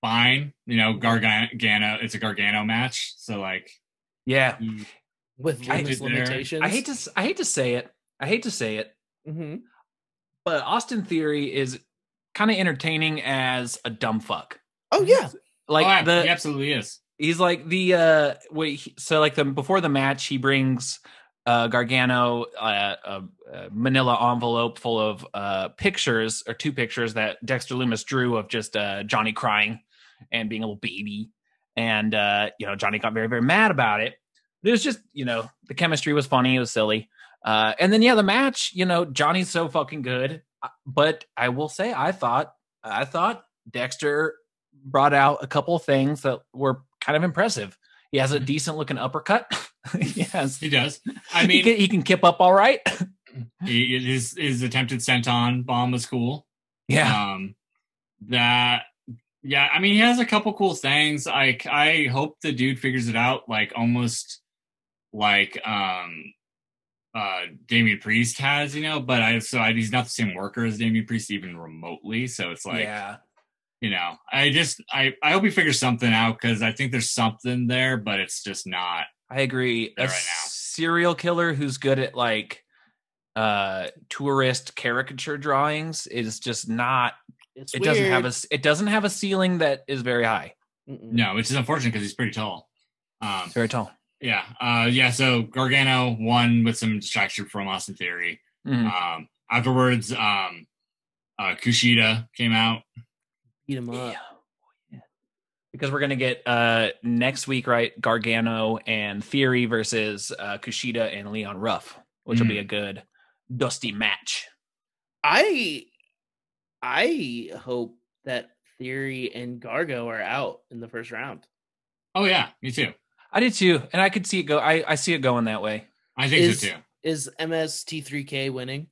S4: fine, you know, Gargano. It's a Gargano match, so like,
S5: Yeah,
S4: you-
S3: Mm-hmm. with
S4: I-
S3: limits
S4: there-
S3: limitations.
S5: I hate to. s- I hate to say it. I hate to say it,
S3: hmm
S5: but Austin Theory is kind of entertaining as a dumb fuck.
S3: Oh yeah,
S5: Like
S4: oh, ab-
S5: the
S4: he absolutely is.
S5: he's like the uh wait he- so like the before the match he brings uh gargano uh, a, a manila envelope full of uh pictures or two pictures that dexter loomis drew of just uh johnny crying and being a little baby and uh you know johnny got very very mad about it but it was just you know the chemistry was funny it was silly uh and then yeah the match you know johnny's so fucking good Uh, but i will say i thought i thought dexter brought out a couple of things that were kind of impressive. He has a decent looking uppercut. he has.
S4: He does. I
S5: he
S4: mean,
S5: can, he can kip up all right.
S4: he, his his attempted senton bomb was cool.
S5: Yeah,
S4: Um, that yeah, I mean, he has a couple cool things. Like, I hope the dude figures it out. Like, almost like um, uh, Damien Priest has, you know. But I so I, he's not the same worker as Damien Priest even remotely. So it's like
S5: yeah,
S4: you know, I just I I hope he figures something out because I think there's something there, but it's just not.
S5: I agree. A
S4: There right now.
S5: serial killer who's good at like uh tourist caricature drawings is just not.
S3: it's
S5: It doesn't have a.
S3: weird.
S5: s- It doesn't have a ceiling that is very high.
S3: Mm-mm.
S4: No, which is unfortunate because he's pretty tall. Um,
S5: It's very tall.
S4: yeah, uh, yeah. So Gargano won with some distraction from Austin Theory.
S5: Mhm.
S4: Um, afterwards, um, uh, Kushida came out.
S3: beat him
S4: Uh,
S3: up.
S5: Yeah. Because we're gonna get uh next week, right? Gargano and Theory versus uh Kushida and Leon Ruff, which will be
S4: Mhm.
S5: a good dusty match.
S3: I I hope that Theory and Gargo are out in the first round.
S4: Oh yeah, me too.
S5: I did too, and I could see it go. I I see it going that way.
S4: I think
S3: Is-
S4: so too.
S3: Is MST3K winning?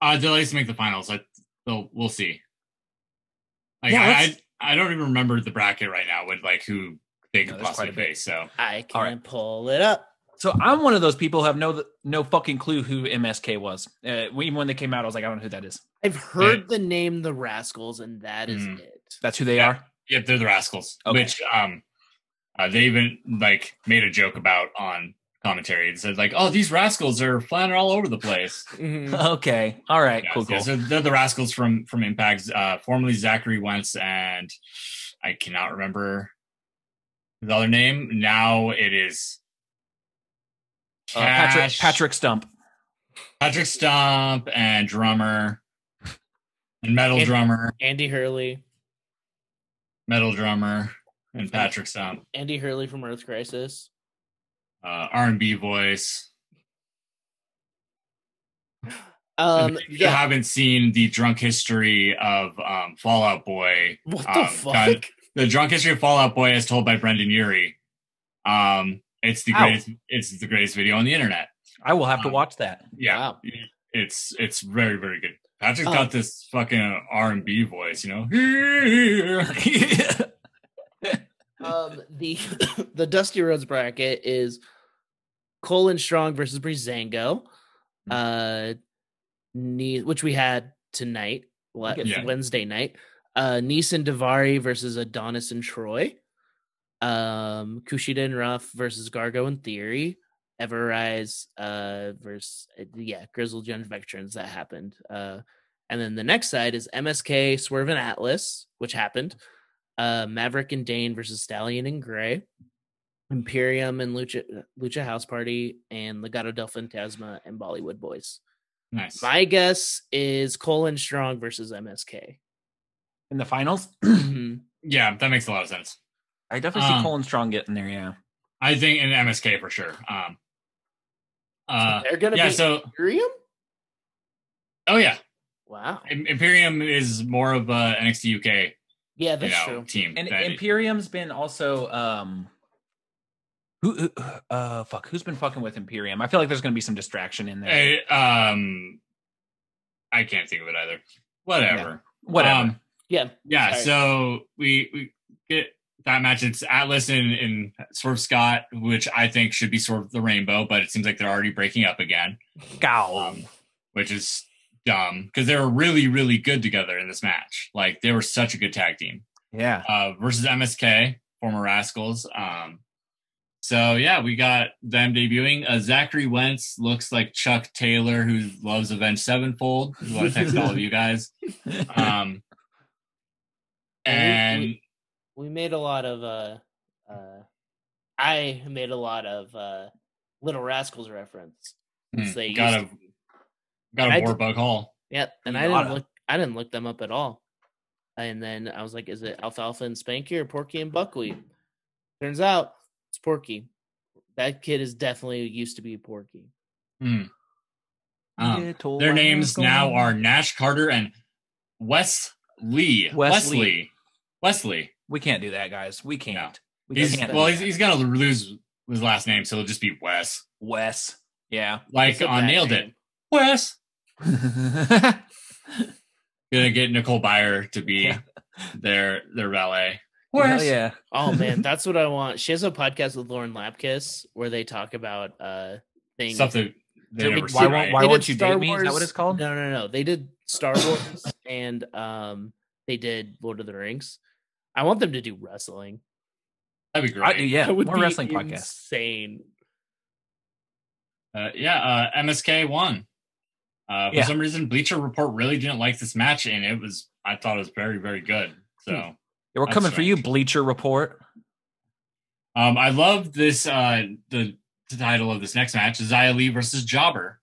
S4: Uh, they'll at least make the finals. I, they'll, we'll see. Like
S5: Yeah,
S4: I,
S5: let's-
S4: I, I don't even remember the bracket right now with like who they
S5: No,
S4: could
S5: there's
S4: possibly
S5: quite a bit.
S4: face. So
S3: I can
S5: All right.
S3: pull it up.
S5: So I'm one of those people who have no no fucking clue who MSK was. Uh, we- even when they came out, I was like, I don't know who that is.
S3: I've heard
S5: Mm.
S3: the name The Rascals, and that is
S4: Mm.
S3: it.
S5: That's who they
S4: Yeah.
S5: are.
S4: yep, they're the Rascals,
S5: Okay.
S4: which um, uh, they even like made a joke about on commentary and said like, "Oh, these Rascals are flying all over the place."
S5: okay, all right,
S4: Yeah,
S5: cool,
S4: yeah,
S5: cool.
S4: so they're the rascals from from Impact, uh, formerly Zachary Wentz, and I cannot remember his other name. Now it is
S5: Uh, Patrick
S4: Cash-
S5: Patrick Stump.
S4: Patrick Stomp and drummer and metal
S3: And-
S4: drummer,
S3: Andy Hurley,
S4: metal drummer, and Patrick Stomp,
S3: Andy Hurley from Earth Crisis.
S4: uh, R and B voice.
S3: Um,
S4: if you
S3: yeah.
S4: haven't seen the drunk history of um, Fallout Boy,
S3: What the
S4: um,
S3: fuck?
S4: done- the drunk history of Fallout Boy as told by Brendan Urie. Um, it's the
S5: Ow.
S4: greatest. It's the greatest video on the internet.
S5: I will have to
S4: Um,
S5: watch that.
S4: Yeah,
S3: Wow.
S4: it's it's very very good. Patrick's
S3: Oh.
S4: got this fucking R and B voice, you know.
S3: Um, the the Dusty Rhodes bracket is Colin Strong versus Breezango, uh, ne- which we had tonight, le-
S5: Okay.
S4: Yeah.
S3: Wednesday night. Uh, Neeson Davari versus Adonis and Troy. um Kushida and Ruff versus Gargo and Theory, Ever Rise uh versus uh, yeah, Grizzled Young Veterans that happened. Uh and then the next side is MSK, Swerve and Atlas, which happened. Uh Maverick and Dane versus Stallion and Gray. Imperium and Lucha Lucha House Party and Legado del Fantasma and Bollywood Boys.
S4: Nice.
S3: My guess is Colin Strong versus MSK.
S5: in the finals.
S4: Uh, yeah, that makes a lot of sense.
S5: I definitely see
S4: Um,
S5: Colin Strong getting there. Yeah,
S4: I think in MSK for sure. Um, uh,
S3: They're gonna
S4: yeah.
S3: be
S4: So,
S3: Imperium.
S4: oh yeah,
S3: Wow.
S4: Im- Imperium is more of a NXT UK
S3: Yeah,
S4: you
S3: that's
S4: know,
S3: true.
S4: team.
S5: and
S4: than-
S5: Imperium's been also um, who, who- uh, fuck, who's been fucking with Imperium? I feel like there's gonna be some distraction in there.
S4: I, um, I can't think of it either. Whatever.
S5: Whatever.
S4: Um,
S3: Yeah.
S4: yeah.
S3: Sorry.
S4: So we we get that match. It's Atlas and, and Swerve Scott, which I think should be Swerve the Rainbow, but it seems like they're already breaking up again,
S5: Gow.
S4: um, which is dumb because they were really really good together in this match. Like they were such a good tag team.
S5: yeah,
S4: uh, versus MSK, former Rascals. Um, so yeah, we got them debuting. Uh, Zachary Wentz looks like Chuck Taylor, who loves Avenged Sevenfold. who I text all of you guys. Um,
S3: And we-
S4: and
S3: we made a lot of uh uh I made a lot of uh Little Rascals reference. since
S4: Hmm,
S3: they
S4: got
S3: used
S4: a-
S3: to be.
S4: got
S3: I
S4: a
S3: did-
S4: Warbuck Hall.
S3: Yep, and
S5: a
S3: I
S5: lot
S3: didn't
S5: of-
S3: look I didn't look them up at all. And then I was like, is it Alfalfa and Spanky or Porky and Buckwheat? Turns out it's Porky. That kid is definitely used to be Porky.
S4: Hmm. Um,
S5: Little
S4: their names
S5: rascal.
S4: now are Nash Carter and Wes Lee.
S5: Wesley.
S4: Wesley. Wesley.
S5: We can't do that, guys. We can't. We
S4: He's,
S5: can't.
S4: well, he's, he's gonna lose his last name, so it'll just be Wes.
S5: Wes. Yeah.
S4: Like
S5: uh,
S3: Except
S4: on
S3: that
S4: Nailed It.
S3: name.
S4: Wes.
S5: Wes.
S4: Gonna get Nicole Byer to be
S5: Yeah.
S4: their their valet.
S5: Hell yeah.
S3: Oh man, that's what I want. She has a podcast with Lauren Lapkus where they talk about uh things
S4: Something they
S5: Did we-
S4: never see,
S5: why won't-
S4: right?
S5: why
S3: They
S5: won't
S3: did
S5: you
S3: Star
S5: date me? Is that what
S3: Wars-
S5: it's called?
S3: No, no, no. They did Star Wars and um they did Lord of the Rings. I want them to do wrestling.
S4: That'd be
S5: I do.
S4: great.
S5: Yeah.
S3: That would
S5: More
S3: be
S5: wrestling podcasts.
S3: Insane.
S4: Uh, yeah, uh, MSK won. Uh, for
S5: Yeah.
S4: some reason, Bleacher Report really didn't like this match, and it was I thought it was very very good. So
S5: Yeah, We're
S4: That's
S5: coming for you,
S4: strange.
S5: Bleacher Report.
S3: Hmm.
S4: um, I love this uh, the, the title of this next match: Zia Lee versus Jobber.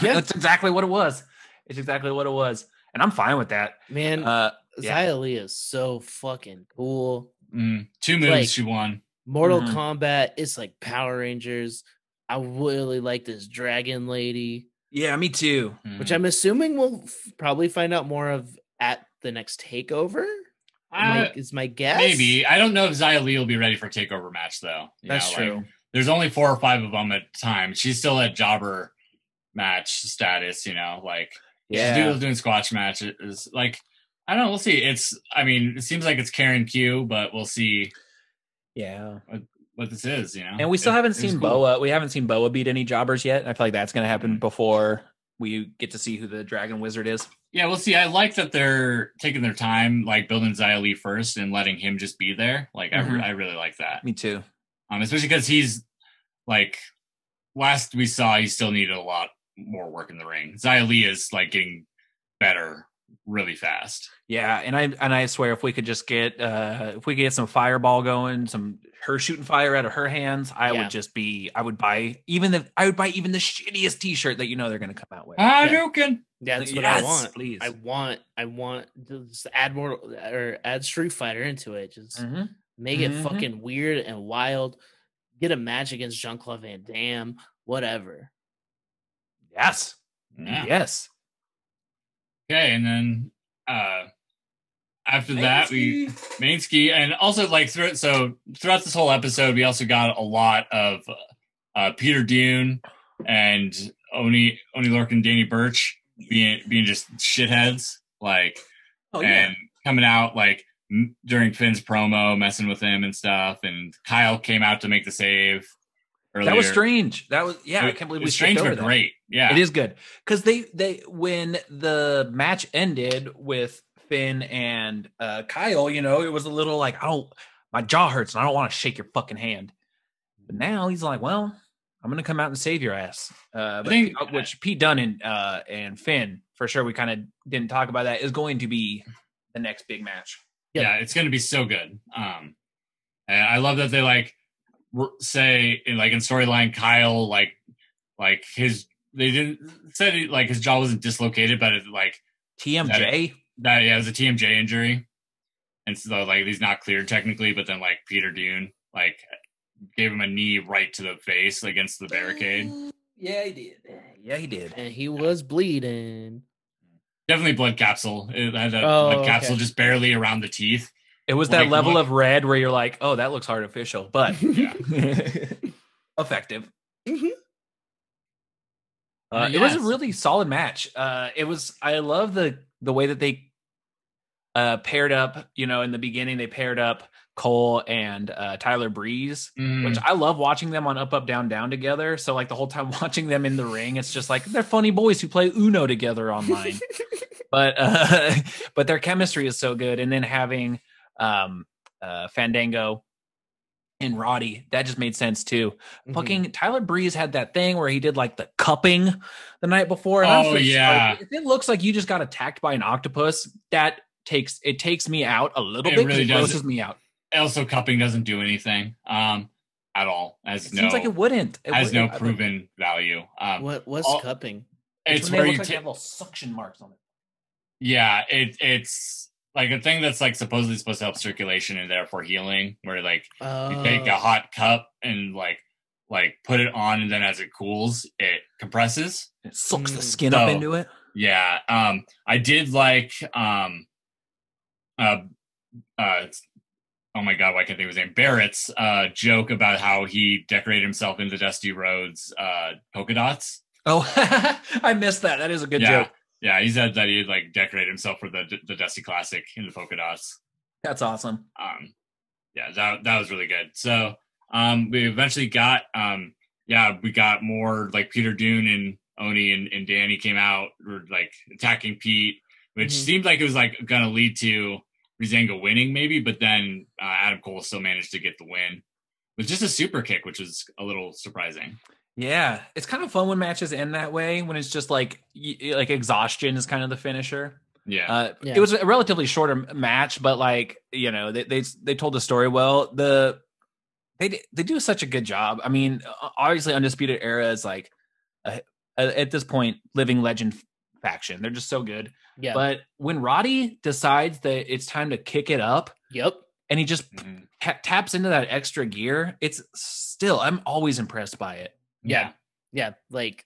S5: That's exactly what it was. It's exactly what it was. And I'm fine with that.
S3: Man,
S5: Uh, yeah.
S3: Xia Li is so fucking cool.
S4: Mm, two moves
S3: Like-
S4: she won.
S3: Mortal
S5: Mhm.
S3: Kombat, it's like Power Rangers. I really like this dragon lady,
S5: yeah, me too.
S4: Mm.
S3: which I'm assuming we'll f- probably find out more of at the next takeover.
S4: Uh,
S3: Like, is my guess
S4: maybe I don't know if Zia Lee will be ready for a takeover match though. You
S3: that's
S4: know, like,
S3: true.
S4: there's only four or five of them at a time. She's still at jobber match status, you know, like she's
S5: Yeah.
S4: doing, doing squash matches. Like, I don't know, we'll see. It's, I mean, it seems like it's Karen Q, but we'll see
S5: Yeah.
S4: what this is, you know.
S5: And we still
S4: It-
S5: haven't
S4: it was
S5: seen
S4: cool.
S5: Boa. We haven't seen Boa beat any jobbers yet. I feel like that's going to happen
S4: Mhm.
S5: before we get to see who the Dragon Wizard is.
S4: Yeah, we'll see. I like that they're taking their time, like building Xylee first and letting him just be there. Like, I, re-
S5: Mhm.
S4: I really like that.
S5: Me too.
S4: Um, especially because he's like last we saw, he still needed a lot more work in the ring. Xylee is like getting better really fast.
S5: Yeah, and I and I swear if we could just get uh if we could get some fireball going, some her shooting fire out of her hands, I
S3: Yeah.
S5: would just be I would buy even the I would buy even the shittiest t-shirt that you know they're going to come out with.
S4: Hadouken.
S3: That's what
S5: Yes,
S3: I want.
S5: Please.
S3: I want, I want just add more or add Street Fighter into it. Just
S5: Mhm.
S3: make it
S5: Mhm.
S3: fucking weird and wild. Get a match against Jean Claude Van Damme, whatever.
S5: Yes.
S4: Yeah.
S5: Yes.
S4: Okay, and then uh after that we Mainsky and also like through so throughout this whole episode we also got a lot of uh Peter Dune and Oni Oni Lorcan and Danny Birch being being just shitheads like
S5: Oh yeah.
S4: and coming out like m- during Finn's promo messing with him and stuff and Kyle came out to make the save earlier.
S5: That was strange. That was yeah, I
S4: It-
S5: can't believe
S4: it's
S5: we
S4: strange
S5: skipped over
S4: but
S5: that.
S4: great. Yeah.
S5: It is good because they they when the match ended with Finn and uh Kyle, you know, it was a little like oh my jaw hurts and I don't want to shake your fucking hand. But now he's like, well, I'm gonna come out and save your ass. Uh, but,
S4: think-
S5: uh, which Pete Dunn and uh, and Finn for sure. We kind of didn't talk about that. Is going to be the next big match.
S3: Yeah.
S4: yeah it's going to be so good um and i love that they like r- say in, like in storyline kyle like like his they didn't said he, like his jaw wasn't dislocated but it like
S5: TMJ.
S4: that yeah it was a tmj injury and so like he's not cleared technically but then like peter dune like gave him a knee right to the face against the barricade
S3: Yeah, he did.
S5: Yeah, he did.
S3: And he was bleeding.
S4: definitely blood capsule it had a
S3: Oh,
S4: blood capsule
S3: okay.
S4: just barely around the teeth
S5: It was that
S4: Like,
S5: level
S4: look-
S5: of red where you're like, oh, that looks artificial, but
S4: yeah
S5: Mm-hmm.
S4: Mm-hmm.
S5: effective.
S3: Mhm.
S5: Uh,
S4: Yes.
S5: It was a really solid match. Uh, it was. I love the the way that they uh, paired up. You know, in the beginning they paired up Cole and uh, Tyler Breeze,
S4: Mm.
S5: which I love watching them on Up Up Down Down together. So like the whole time watching them in the ring, it's just like they're funny boys who play Uno together online. but uh, but their chemistry is so good, and then having um, uh, Fandango and Roddy, that just made sense too.
S4: Mm-hmm.
S5: Fucking Tyler Breeze had that thing where he did like the cupping the night before. and I'm
S4: Oh,
S5: just like,
S4: yeah.
S5: if it looks like you just got attacked by an octopus, that takes it takes me out a little
S4: It
S5: bit. 'cause
S4: really
S5: it
S4: does.
S5: grosses me out.
S4: also cupping doesn't do anything um at all as
S5: It
S4: no
S5: seems like it wouldn't. It
S4: has no
S5: wouldn't.
S4: proven value um
S3: What was
S4: all-
S3: cupping?
S4: it's
S5: when they
S4: where
S5: look
S4: you
S5: like they
S4: ta-
S5: have little suction marks on it.
S4: yeah it it's like a thing that's like supposedly supposed to help circulation and therefore healing where like you take a
S5: Uh.
S3: Oh,
S4: hot cup and like like put it on and then as it cools it compresses
S5: It sucks the
S3: Mm.
S5: skin up
S4: No.
S5: into it.
S4: yeah um i did like um uh uh oh my god why can't I think of his name barrett's uh joke about how he decorated himself in the dusty roads uh polka dots
S5: Oh, I missed that. That is a good
S4: yeah.
S5: joke.
S4: Yeah, he said that he had like decorated himself for the the Dusty Classic in the polka dots.
S5: That's awesome.
S4: Um, yeah, that that was really good. So um, we eventually got um, yeah, we got more like Peter Dune and Oni and, and Danny came out were like attacking Pete, which
S3: Mhm.
S5: Mm-hmm.
S4: seemed like it was like gonna lead to Rizanga winning maybe, but then uh, Adam Cole still managed to get the win with just a super kick, which was a little surprising.
S5: Yeah, it's kind of fun when matches end that way. When it's just like y- like exhaustion is kind of the finisher.
S4: Yeah,
S5: Uh,
S3: Yeah.
S5: It was a relatively shorter m- match, but like you know, they they they told the story well. The they d- they do such a good job. I mean, o- obviously, Undisputed Era is like a, a- at this point living legend f- faction. They're just so good.
S3: yeah.
S5: But when Roddy decides that it's time to kick it up,
S3: yep.
S5: and he just
S4: Mhm.
S5: ta- taps into that extra gear, it's still I'm always impressed by it.
S3: Yeah. Yeah. Like,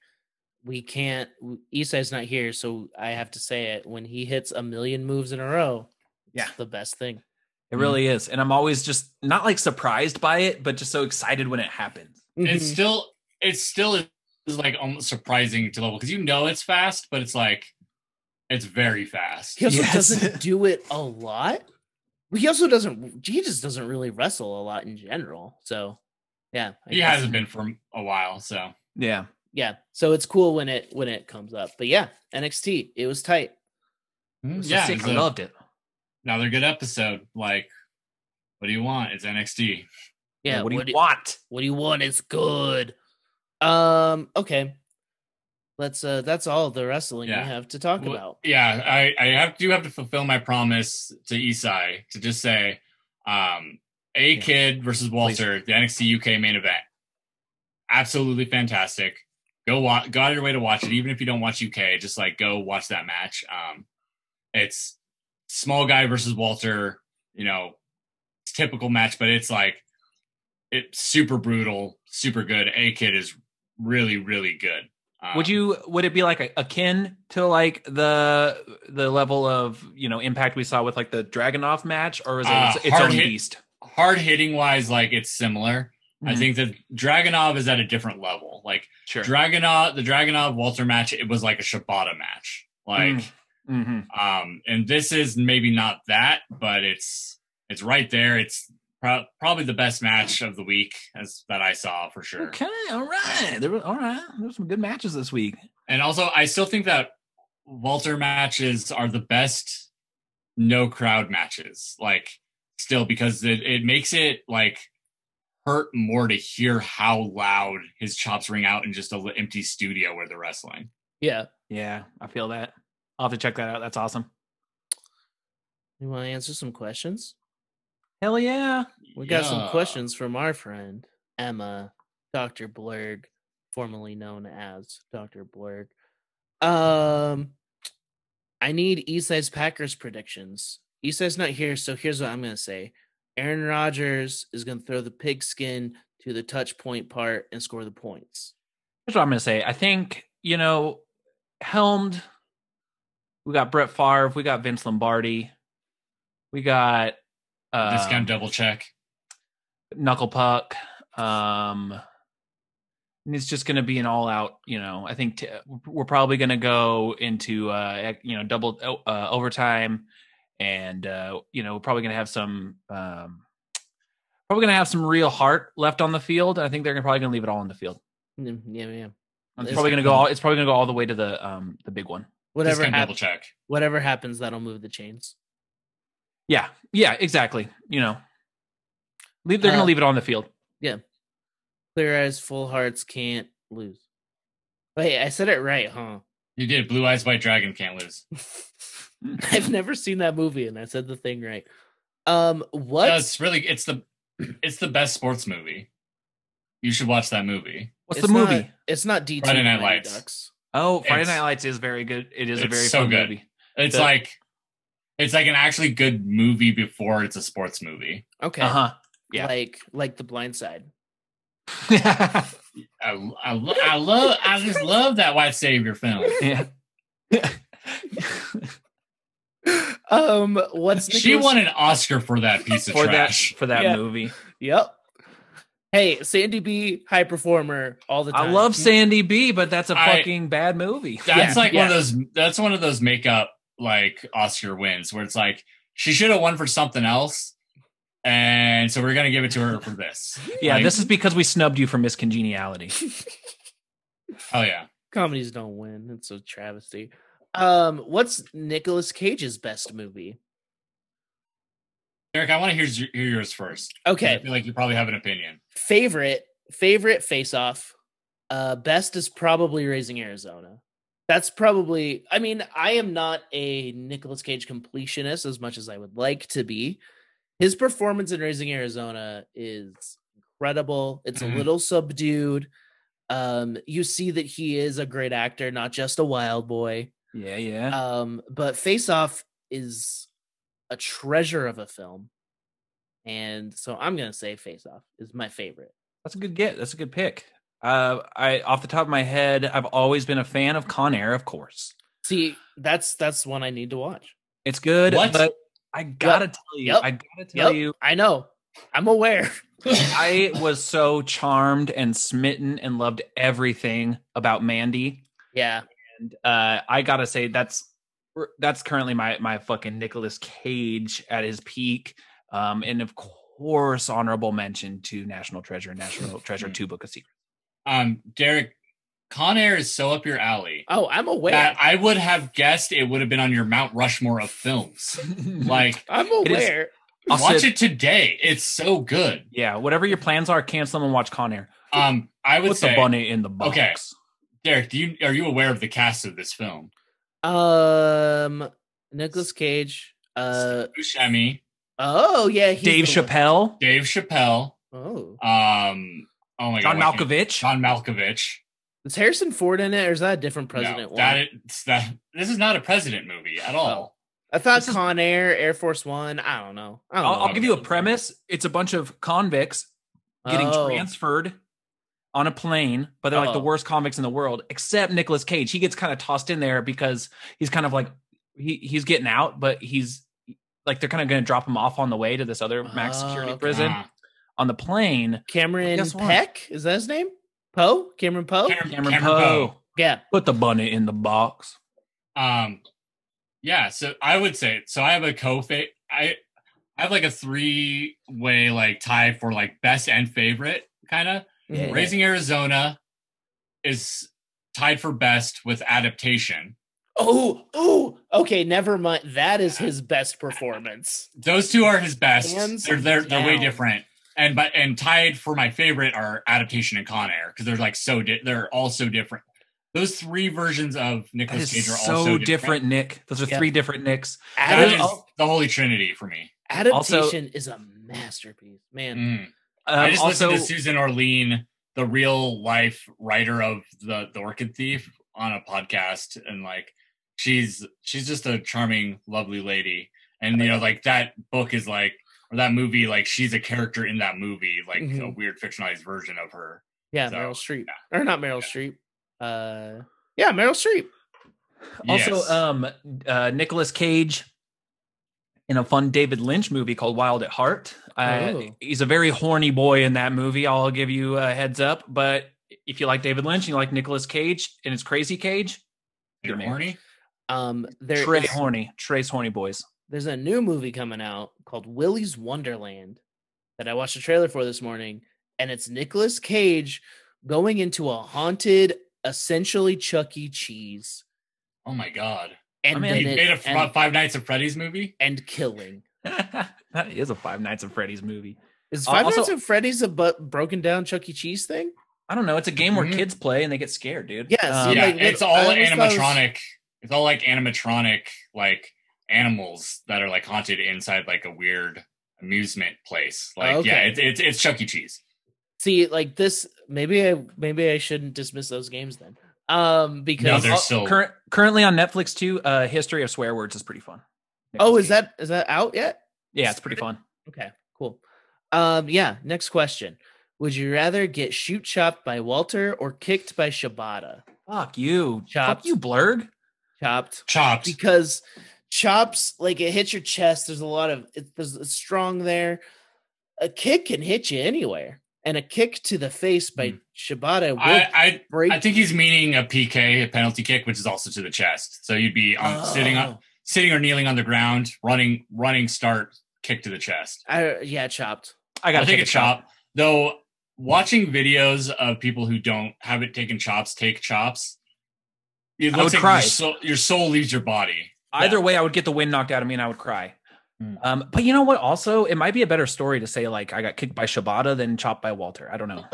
S3: we can't. w- Isai's not here, so I have to say it. When he hits a million moves in a row, it's
S5: Yeah.
S3: the best thing.
S5: It
S4: Mm-hmm.
S5: really is, and I'm always just not like surprised by it, but just so excited when it happens.
S4: it's still it's still is like almost surprising to level because you know it's fast, but it's like it's very fast.
S3: He also
S5: Yes.
S3: doesn't do it a lot. He also doesn't. He just doesn't really wrestle a lot in general. So, yeah, I
S4: He
S3: guess-
S4: hasn't been for a while, so
S5: Yeah.
S3: Yeah, so it's cool when it when it comes up. But yeah, NXT, it was tight.
S5: It was Mm, so
S4: yeah.
S5: sick.
S4: it's
S5: I
S4: a-
S5: loved it.
S4: another good episode. Like, what do you want? It's NXT.
S3: Yeah,
S5: what do you
S3: what do-
S5: want?
S3: What do you want? It's good. Um. Okay. Let's. Uh. That's all the wrestling
S4: Yeah.
S3: we have to talk
S4: Well,
S3: about.
S4: Yeah, I I have do have to fulfill my promise to Isai to just say, um, a
S5: Yeah.
S4: kid versus Walter, the NXT UK main event. Absolutely fantastic. Go watch. Go out of your way to watch it, even if you don't watch UK. Just like go watch that match. Um, it's small guy versus Walter. You know, typical match, but it's like it's super brutal, super good. A kid is really really good. Um,
S5: Would you? Would it be like a, akin to like the the level of you know impact we saw with like the Dragonoff match, or is it
S4: Uh,
S5: its, its
S4: hard
S5: own
S4: hit.
S5: beast?
S4: hard hitting wise, like it's similar. I
S5: Mhm.
S4: think that Dragonov is at a different level. Like
S5: Sure.
S4: Dragonov, the Dragonov Walter match, it was like a Shibata match. Like,
S5: Mhm.
S4: um, and this is maybe not that, but it's it's right there. It's pro- probably the best match of the week as that I saw for sure.
S5: Okay. All right. There were all right. There were some good matches this week.
S4: And also, I still think that Walter matches are the best no crowd matches. Like still because it, it makes it like hurt more to hear how loud his chops ring out in just a l- empty studio where they're wrestling.
S3: Yeah.
S5: Yeah, I feel that. I'll have to check that out. That's awesome.
S3: You want to answer some questions?
S5: Hell yeah.
S3: We got some
S4: Yeah.
S3: questions from our friend Emma, Dr. Blurg, formerly known as Dr. Blurg. Um I need Eastside's Packers predictions. Eastside's not here, so here's what I'm gonna say. Aaron Rodgers is gonna throw the pigskin to the touch point part and score the points.
S5: Here's what I'm gonna say. I think you know, helmed. We got Brett Favre. We got Vince Lombardi. We got uh,
S4: Just kind of double check.
S5: Knuckle Puck. Um, and it's just gonna be an all out. You know, I think t- we're probably gonna go into uh, you know double o- uh, overtime, and uh, you know we're probably gonna have some. Um, Probably gonna have some real heart left on the field. I think they're gonna- probably gonna leave it all on the field.
S3: Mm, Yeah, yeah.
S5: It's
S3: It's
S5: probably gonna go.
S3: gonna be-
S5: All, it's probably gonna go all the way to the um the big one.
S4: Just
S3: Whatever
S4: kind of double
S3: hap-
S4: check.
S3: whatever happens, that'll move the chains.
S5: Yeah, yeah, exactly. You know, leave. They're
S3: Uh,
S5: gonna leave it on the field.
S3: Clear eyes, full hearts can't lose. Wait, I said it right, huh?
S4: You did. Blue Eyes White Dragon can't lose.
S3: I've never seen that movie, and I said the thing right. Um, what?
S4: No, it's really it's the it's the best sports movie. You should watch that movie.
S5: What's
S3: It's
S5: the movie?
S3: Not, it's not DT.
S4: Friday Night
S3: Mighty
S4: Lights.
S3: Ducks.
S5: oh, Friday
S4: it's-
S5: Night Lights is very good. It is a
S4: it's
S5: very
S4: so
S5: fun
S4: good.
S5: movie.
S4: It's
S5: The-
S4: like it's like an actually good movie before it's a sports movie.
S3: Okay,
S5: Uh
S4: Uh-huh,
S5: huh. yeah.
S3: like like The Blind Side.
S4: I I, lo- I love I just love that white savior film.
S5: yeah.
S3: Um, what's
S4: She
S3: Nicolas-
S4: won an Oscar for that piece of
S5: for that
S4: trash.
S5: for that
S3: Yeah.
S5: movie.
S3: Yep. Hey, Sandy B, high performer all the time.
S5: I love Sandy B, but that's a
S4: I-
S5: fucking bad movie.
S4: That's
S3: Yeah,
S4: like one of
S3: yeah.
S4: those. That's one of those makeup like Oscar wins where it's like she should have won for something else, and so we're gonna give it to her for this.
S5: Yeah,
S4: Like,
S5: this is because we snubbed you for miscongeniality.
S4: Oh yeah,
S3: comedies don't win. It's a travesty. Um, what's Nicolas Cage's best movie?
S4: Eric. I want to hear, z- hear yours first. I
S3: Okay,
S4: feel like you probably have an opinion.
S3: favorite favorite face off uh best is probably raising arizona that's probably i mean i am not a Nicolas cage completionist as much as i would like to be his performance in raising arizona is incredible it's
S4: Mhm.
S3: a little subdued um you see that he is a great actor not just a wild boy
S5: Yeah, yeah.
S3: um, but Face Off is a treasure of a film, and so I'm gonna say Face Off is my favorite.
S5: That's a good get. That's a good pick. Uh, I off the top of my head, I've always been a fan of Con Air, of course.
S3: See, that's that's one I need to watch.
S5: It's good,
S4: What?
S5: but I gotta tell you,
S3: Yep.
S5: I gotta tell
S3: Yep.
S5: you,
S3: I know, I'm aware.
S5: I was so charmed and smitten and loved everything about Mandy.
S3: Yeah,
S5: And uh, I gotta say, that's that's currently my my fucking Nicolas Cage at his peak. Um, and of course, honorable mention to National Treasure, National Treasure Two: Book of Secrets.
S4: Um, Derek, Con Air is so up your alley
S3: oh, I'm aware.
S4: that I would have guessed it would have been on your Mount Rushmore of films. Like,
S3: I'm
S5: is-
S3: aware.
S5: I'll
S4: watch
S5: sit-
S4: it today. It's so good.
S5: Yeah, whatever your plans are, cancel them and watch Con Air.
S4: Um, I would
S5: Put
S4: say,
S5: the bunny in the box.
S4: Okay. Derek, do you are you aware of the cast of this film?
S3: Um, Nicholas Cage. Uh
S4: Buscemi,
S3: oh, yeah, he's
S5: Dave
S3: the one.
S5: Chappelle,
S4: Dave Chappelle,
S3: Oh,
S4: um, oh
S5: John
S4: my god, why can't-
S5: Malkovich.
S4: John Malkovich.
S3: is Harrison Ford in it, or is that a different president?
S4: No,
S3: one? Oh.
S4: that is, that this is not a president movie at all.
S3: I thought
S5: This is-
S3: Con Air, Air Force One. I don't know. I don't
S5: I'll,
S3: know.
S5: I'll give you a premise. It's a bunch of convicts getting
S3: Oh.
S5: transferred on a plane, but they're like the
S3: Oh.
S5: worst convicts in the world, except Nicolas Cage. He gets kind of tossed in there because he's kind of like he he's getting out, but he's like they're kind of going to drop him off on the way to this other max
S3: Oh,
S5: security
S3: okay.
S5: prison
S4: Uh,
S5: on the plane.
S3: Cameron
S5: Guess what?
S3: Peck is that his name? Poe? Cameron Poe?
S4: Cameron,
S5: Cameron,
S4: Cameron Poe.
S5: Poe
S3: yeah.
S5: put the bunny in the box.
S4: Um, yeah. So I would say so. I have a co fa I I have like a three way like tie for like best and favorite kind of.
S3: Mm-hmm.
S5: Yeah.
S4: Raising Arizona is tied for best with adaptation.
S3: Oh, oh, okay, never mind. That is his best performance.
S4: Those two are his best.
S3: Hands
S4: they're they're, they're way
S3: down.
S4: different. And but and tied for my favorite are adaptation and Con Air because they're like so di- they're all so different. Those three versions of
S5: That
S4: Nicolas Cage
S5: is
S4: are
S5: so
S4: all so
S5: different, Nick. Those are
S3: Yeah.
S5: three different Nicks.
S4: That
S3: Adam-
S4: is the holy trinity for me.
S3: adaptation
S5: also-
S3: is a masterpiece, man.
S4: Mm.
S5: Um,
S4: I just
S5: also,
S4: listened to Susan Orlean, the real life writer of the the Orchid Thief, on a podcast, and like she's she's just a charming, lovely lady. And you know, like that book is like or that movie, like she's a character in that movie, like a
S5: Mm-hmm.
S3: Mhm.
S4: weird fictionalized version of her.
S3: Yeah,
S4: So,
S3: Meryl Streep. Or not Meryl Streep. Uh yeah, Meryl Streep.
S5: also
S4: Yes.
S5: um, uh, Nicholas Cage in a fun David Lynch movie called Wild at Heart. Uh,
S3: Oh.
S5: He's a very horny boy in that movie. I'll give you a heads up. But if you like David Lynch and you like Nicolas Cage and it's Crazy Cage,
S4: you're
S5: man.
S4: horny.
S3: Um there
S5: Trey
S3: is-
S5: Horny, Trey's Horny Boys.
S3: there's a new movie coming out called Willy's Wonderland that I watched a trailer for this morning, and it's Nicolas Cage going into a haunted, essentially Chuck E. Cheese,
S4: Oh my god!
S3: and
S5: mean,
S3: then
S4: He
S5: And
S4: made a
S3: it, and,
S4: Five Nights at Freddy's movie.
S3: and killing.
S5: that is a Five Nights at Freddy's movie.
S3: Is
S5: Uh,
S3: Five
S5: also-
S3: Nights at Freddy's a bu- broken down Chuck E. Cheese thing?
S5: I don't know. It's a game where
S4: Mhm.
S5: kids play and they get scared, dude.
S3: Mm-hmm. Yeah, so,
S5: Um,
S4: yeah,
S3: like, lit-
S4: it's all
S3: I always thought it was-
S4: animatronic. It's all like animatronic, like animals that are like haunted inside like a weird amusement place. Like,
S3: Okay.
S4: yeah, it's it's it's Chuck E. Cheese.
S3: See, like this, maybe I maybe I shouldn't dismiss those games then, um, because
S4: they're
S5: Oh,
S4: still-
S5: current- currently on Netflix too. Uh, History of Swear Words is pretty fun.
S3: oh,
S5: Nicolas
S3: is
S5: Cage.
S3: that is that out yet?
S5: Yeah, it's pretty fun.
S3: Okay, cool. Um, yeah. Next question: Would you rather get shoot chopped by Walter or kicked by Shibata?
S5: Fuck you,
S3: Chopped.
S5: fuck you, Blurg.
S3: Chopped
S4: Chopped.
S3: because chops like it hits your chest. There's a lot of it, there's it's strong there. A kick can hit you anywhere, and a kick to the face by Shibata would
S4: I,
S3: break.
S4: I I think he's meaning a PK, a penalty kick, which is also to the chest. So you'd be on, sitting on
S3: Oh,
S4: sitting or kneeling on the ground, running running start kick to the chest.
S3: I, yeah, chopped.
S5: I
S4: I
S5: gotta
S4: will take a chop. Though watching videos of people who don't haven't taken chops take chops, it
S5: I
S4: looks
S5: would
S4: like
S5: cry.
S4: your soul, your soul leaves your body.
S5: Either way, I would get the wind knocked out of me and I would cry.
S4: Mm.
S5: Um, but you know what? Also, it might be a better story to say like I got kicked by Shibata than chopped by Walter. I don't know.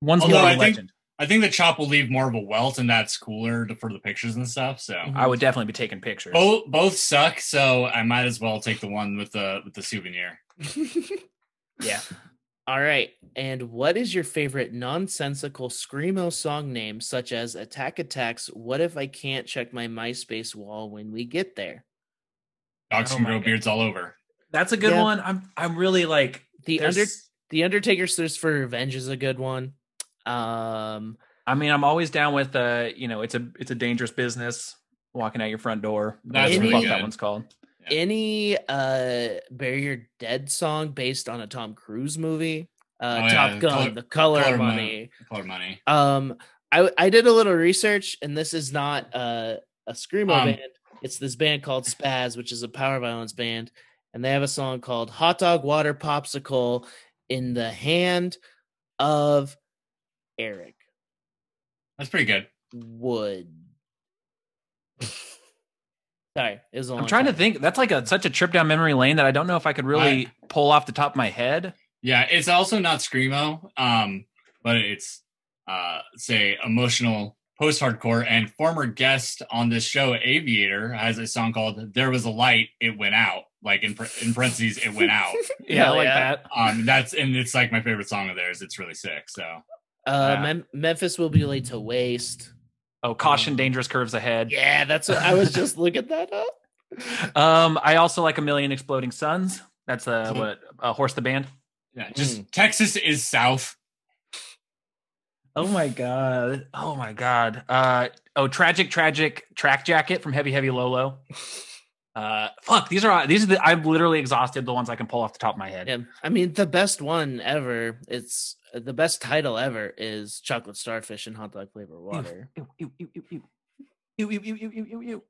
S5: One's
S4: Although
S5: more of
S4: I
S5: a
S4: think-
S5: legend.
S4: I think the chop will leave more of a welt, and that's cooler to- for the pictures and stuff. So
S3: Mhm.
S5: I would definitely be taking pictures.
S4: both both suck. So I might as well take the one with the with the souvenir.
S3: Mm-hmm.
S5: Yeah.
S3: All right. And what is your favorite nonsensical Screamo song name, such as Attack Attacks? What if I can't check my MySpace wall when we get there?
S4: Dogs
S5: Oh
S4: can
S5: my
S4: grow
S5: God.
S4: beards all over.
S5: That's a good
S3: Yeah.
S5: one. I'm I'm really like
S3: The
S5: there's-
S3: under the Undertaker Thirst for Revenge is a good one. Um
S5: I mean, I'm always down with uh, you know, it's a it's a dangerous business walking out your front door.
S4: That's
S5: Whatever the
S3: really
S5: fuck that
S4: good.
S5: one's called.
S4: Yeah.
S3: any uh Bury Your Dead song based on a Tom Cruise movie. Uh
S4: Oh, yeah,
S3: Top
S4: the
S3: Gun,
S4: color-
S3: The Color,
S4: Color
S3: of
S4: Mon-
S3: Money.
S4: Color money.
S3: Um, I I did a little research, and this is not a a screamo
S4: Um,
S3: band. It's this band called Spaz, which is a power violence band, and they have a song called "Hot Dog Water Popsicle" in the hand of Eric
S4: That's pretty good.
S3: Wood. Sorry, it was. A
S5: I'm
S3: long
S5: trying to
S3: time.
S5: think. That's like a such a trip down memory lane that I don't know if I could really pull off the top of my head.
S4: Yeah, it's also not screamo, um, but it's uh, say emotional post-hardcore. And former guest on this show, Aviator, has a song called "There Was a Light, It Went Out." Like in, par- in parentheses, it went out.
S5: Yeah, I
S3: Hell
S5: like
S3: yeah.
S5: that.
S4: Um, that's and it's like my favorite song of theirs. It's really sick. So
S3: Uh,
S4: Yeah.
S3: Mem- Memphis will be laid to waste.
S5: Oh, caution, dangerous curves ahead.
S3: Yeah, that's what I was just looking that up.
S5: Um, I also like a million exploding suns. That's uh,
S4: Mhm.
S5: what uh, horse the band.
S4: yeah, just Texas is South.
S5: Oh my god. Oh my god. Uh oh, tragic, tragic track jacket from Heavy Heavy Lolo. Uh, fuck. These are these are the I'm literally exhausted. The ones I can pull off the top of my head.
S3: Yeah, I mean the best one ever. It's uh, the best title ever is chocolate starfish and hot dog flavor water.
S5: Ew, ew, ew, ew, ew. Ew, ew, ew, ew, ew, ew, ew.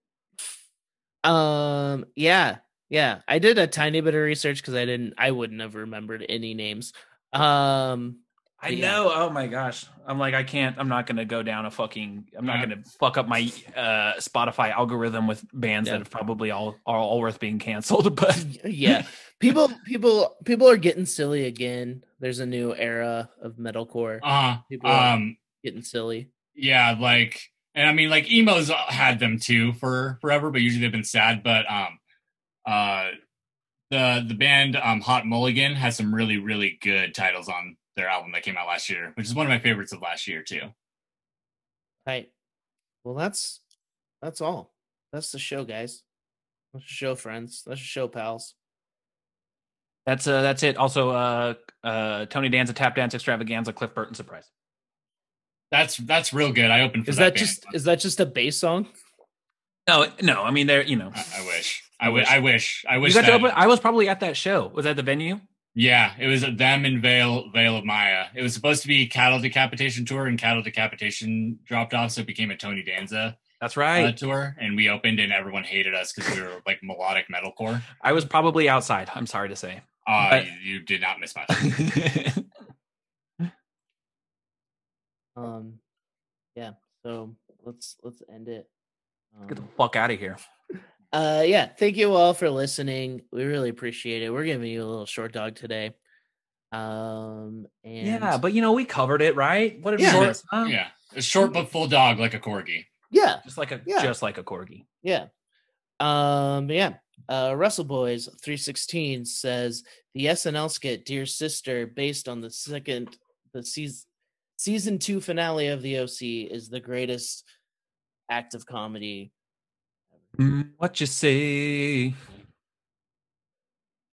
S3: Um, yeah, yeah. I did a tiny bit of research because I didn't, I wouldn't have remembered any names. Um,
S5: I
S3: Yeah.
S5: know. Oh my gosh. I'm like, I can't. I'm not gonna go down a fucking. I'm not
S4: Yeah.
S5: gonna fuck up my uh Spotify algorithm with bands
S3: Yeah.
S5: that have probably all are all worth being canceled. But
S3: yeah people people people are getting silly again there's a new era of metalcore
S4: Uh,
S3: people are
S4: um,
S3: getting silly
S4: yeah, like, and I mean, like, emos had them too for forever, but usually they've been sad. But um, uh, the the band um, Hot Mulligan has some really really good titles on their album that came out last year, which is one of my favorites of last year too.
S3: right well that's that's all that's the show guys that's the show friends that's the show pals
S5: that's uh that's it. Also, uh uh Tony Danza Tap Dance Extravaganza Cliff Burton surprise.
S4: That's that's real good. I opened for
S3: is that
S4: band.
S3: just is that just a bass song
S5: No, no. I mean, they're you know.
S4: I, I wish. I, w- I wish. I wish.
S5: you got to
S4: that-
S5: open. I was probably at that show. Was that the venue?
S4: Yeah, it was them in Vale Vale of Maya. It was supposed to be cattle decapitation tour, and cattle decapitation dropped off, so it became a Tony Danza
S5: That's
S4: uh,
S5: right.
S4: tour. And we opened, and everyone hated us because we were like melodic metalcore.
S5: I was probably outside. I'm sorry to say.
S4: Uh,
S5: But-
S4: you, you did not miss much.
S3: um yeah so let's let's end it
S5: Get the
S3: Um,
S5: fuck out of here.
S3: uh yeah thank you all for listening we really appreciate it we're giving you a little short dog today um and
S5: yeah, but you know we covered it, right? What did
S3: Yeah.
S5: we miss, huh?
S4: yeah, a short but full dog, like a corgi.
S3: yeah
S5: Just like a
S3: Yeah.
S5: just like a corgi.
S3: Yeah. Um, but yeah. Uh, Russell Boys 316 says the SNL skit Dear Sister, based on the second the season season two finale of the OC, is the greatest act of comedy.
S5: Mm, What you say?